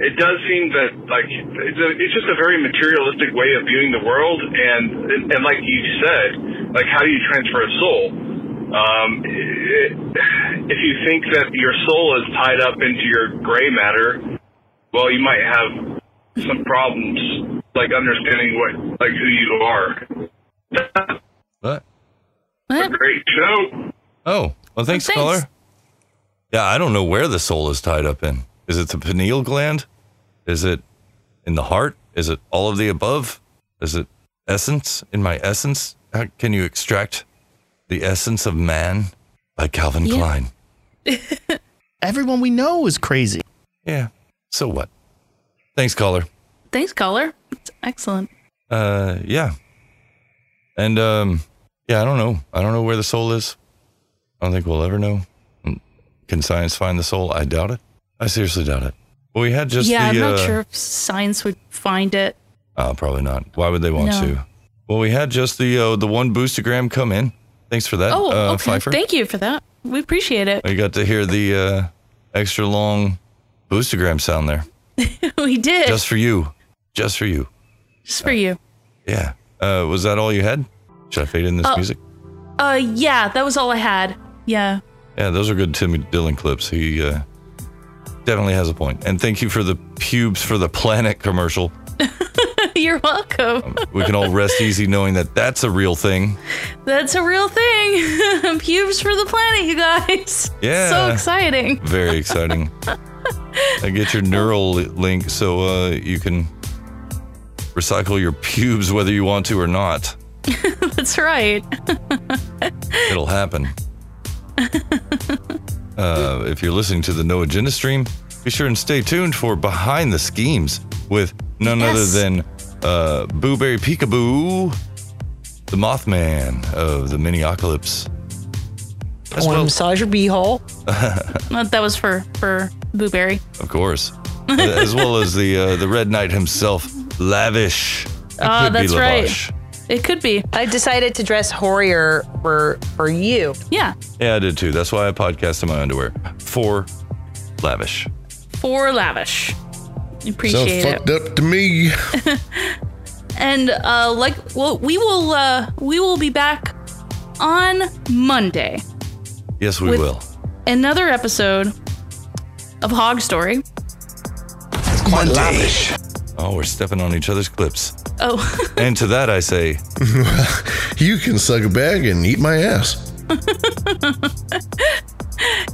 S27: it does seem that like it's, a, it's just a very materialistic way of viewing the world, and and, and like you said, like how do you transfer a soul? Um, it, if you think that your soul is tied up into your gray matter, well, you might have some problems like understanding what like who you are.
S7: What?
S27: A great show.
S7: Oh. Well thanks, caller. Yeah, I don't know where the soul is tied up in. Is it the pineal gland? Is it in the heart? Is it all of the above? Is it essence in my essence? How can you extract the essence of man by Calvin
S13: Yeah.
S7: Klein?
S13: Everyone we know is crazy.
S7: Yeah. So what? Thanks, caller.
S8: Thanks, caller. It's excellent.
S7: Uh, yeah. And um, yeah, I don't know. I don't know where the soul is. I don't think we'll ever know. Mm, Can science find the soul? I doubt it. I seriously doubt it. Well, we had just
S8: yeah,
S7: the,
S8: I'm not
S7: uh,
S8: sure if science would find it.
S7: Oh, probably not. Why would they want
S8: No.
S7: to? Well, we had just the uh, the one boostergram come in. Thanks for that,
S8: oh,
S7: uh,
S8: okay.
S7: Pfeiffer.
S8: Thank you for that. We appreciate it.
S7: I got to hear the uh, extra long boostergram sound there,
S8: we did.
S7: just for you, just for you.
S8: Just for you.
S7: Yeah. Uh, was that all you had? Should I fade in this
S8: Uh,
S7: music?
S8: Uh, yeah, that was all I had. Yeah.
S7: Yeah, those are good Timmy Dillon clips. He uh, definitely has a point. And thank you for the pubes for the planet commercial.
S8: You're welcome.
S7: Um, We can all rest easy knowing that that's a real thing.
S8: That's a real thing. Pubes for the planet, you guys.
S7: Yeah.
S8: So exciting.
S7: Very exciting. and get your neural link so uh, you can recycle your pubes whether you want to or not.
S8: That's right.
S7: It'll happen. uh, if you're listening to the No Agenda stream, be sure and stay tuned for Behind the Schemes with none
S15: Yes.
S7: other than uh, Boo Berry Peekaboo, the Mothman of the Miniocalypse.
S8: As well.
S23: massage your beehole.
S8: Uh, that was for for Boo Berry.
S7: Of course. as well as the uh, the Red Knight himself, Lavish.
S23: Ah,
S7: Could be
S23: that's right.
S7: Lavash.
S8: It could be.
S23: I decided to dress hoarier for for you.
S8: Yeah.
S7: Yeah, I did too. That's why I podcast in my underwear. For Lavish.
S8: For lavish. Appreciate it.
S7: up to me.
S8: and uh, like well we will uh, we will be back on monday
S7: Yes, we
S8: With-
S7: will.
S8: another episode of hog story
S7: Quite lavish. Oh, we're stepping on each other's clips.
S8: oh
S7: And to that I say,
S16: you can suck a bag and eat my ass.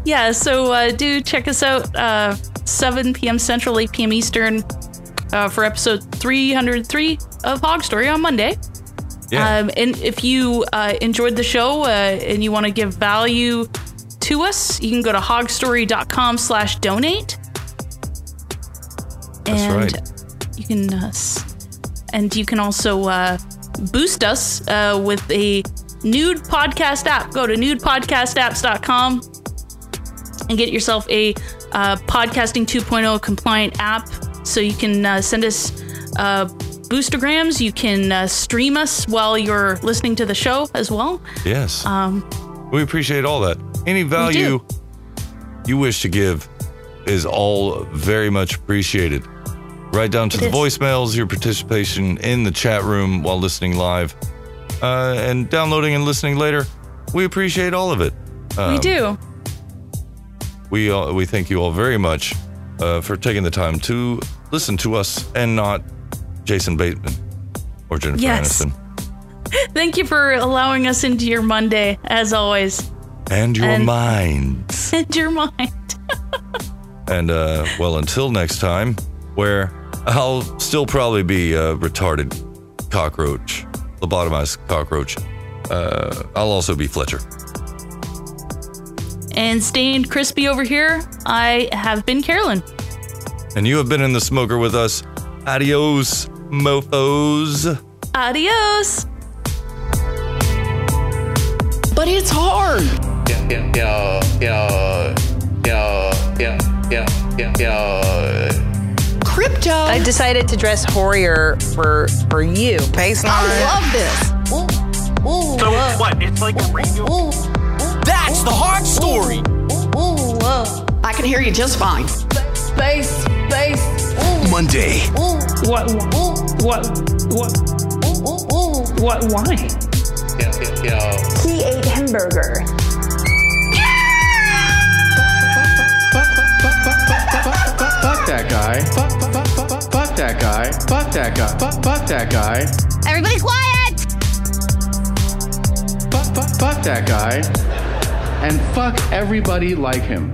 S8: yeah so uh, do check us out uh, 7 p.m central 8 p.m eastern uh, for episode 303 of hog story on monday
S7: Yeah.
S8: um, and if you uh, enjoyed the show uh, and you want to give value to us you can go to hogstory.com slash donate
S7: That's
S8: and
S7: right.
S8: you can uh, s- and you can also uh, boost us uh, with a nude podcast app go to nudepodcastapps.com and get yourself a uh, podcasting 2.0 compliant app so you can uh, send us uh, boostergrams you can uh, stream us while you're listening to the show as well
S7: Yes.
S8: um,
S7: We appreciate all that. Any value you wish to give, is all very much appreciated. Right down to
S18: It
S7: the
S18: is.
S7: voicemails, your participation in the chat room while listening live, uh, and downloading and listening later. We appreciate all of it.
S8: we
S7: Um,
S8: do.
S7: we all, we thank you all very much uh, for taking the time to listen to us and not Jason Bateman or Jennifer
S8: Yes.
S7: Aniston
S8: Thank you for allowing us into your Monday, as always.
S7: and your
S8: And-
S7: mind.
S8: Into your mind.
S7: And uh, well, until next time, where I'll still probably be a retarded cockroach, lobotomized cockroach. Uh, I'll also be Fletcher.
S8: And stained crispy over here. I have been Carolyn.
S7: And you have been in the smoker with us. Adios, mofos.
S8: Adios.
S30: But it's hard. Yeah, yeah, yeah, yeah, yeah, yeah, yeah, yeah.
S23: Crypto. I decided to dress horrier for for you. Baseline.
S11: I
S23: love this.
S11: So what? It's like a radio. That's the hard story. Ooh, uh. I can hear you just fine. Space, space.
S5: Monday.
S11: What? What? What? What? Why?
S30: Yeah, yeah.
S11: He ate hamburger.
S12: Fuck that guy. Fuck, fuck, fuck, fuck, fuck, fuck that guy. Fuck that guy. Fuck, fuck that guy.
S14: Everybody quiet!
S12: Fuck, fuck, fuck that guy. And fuck everybody like him.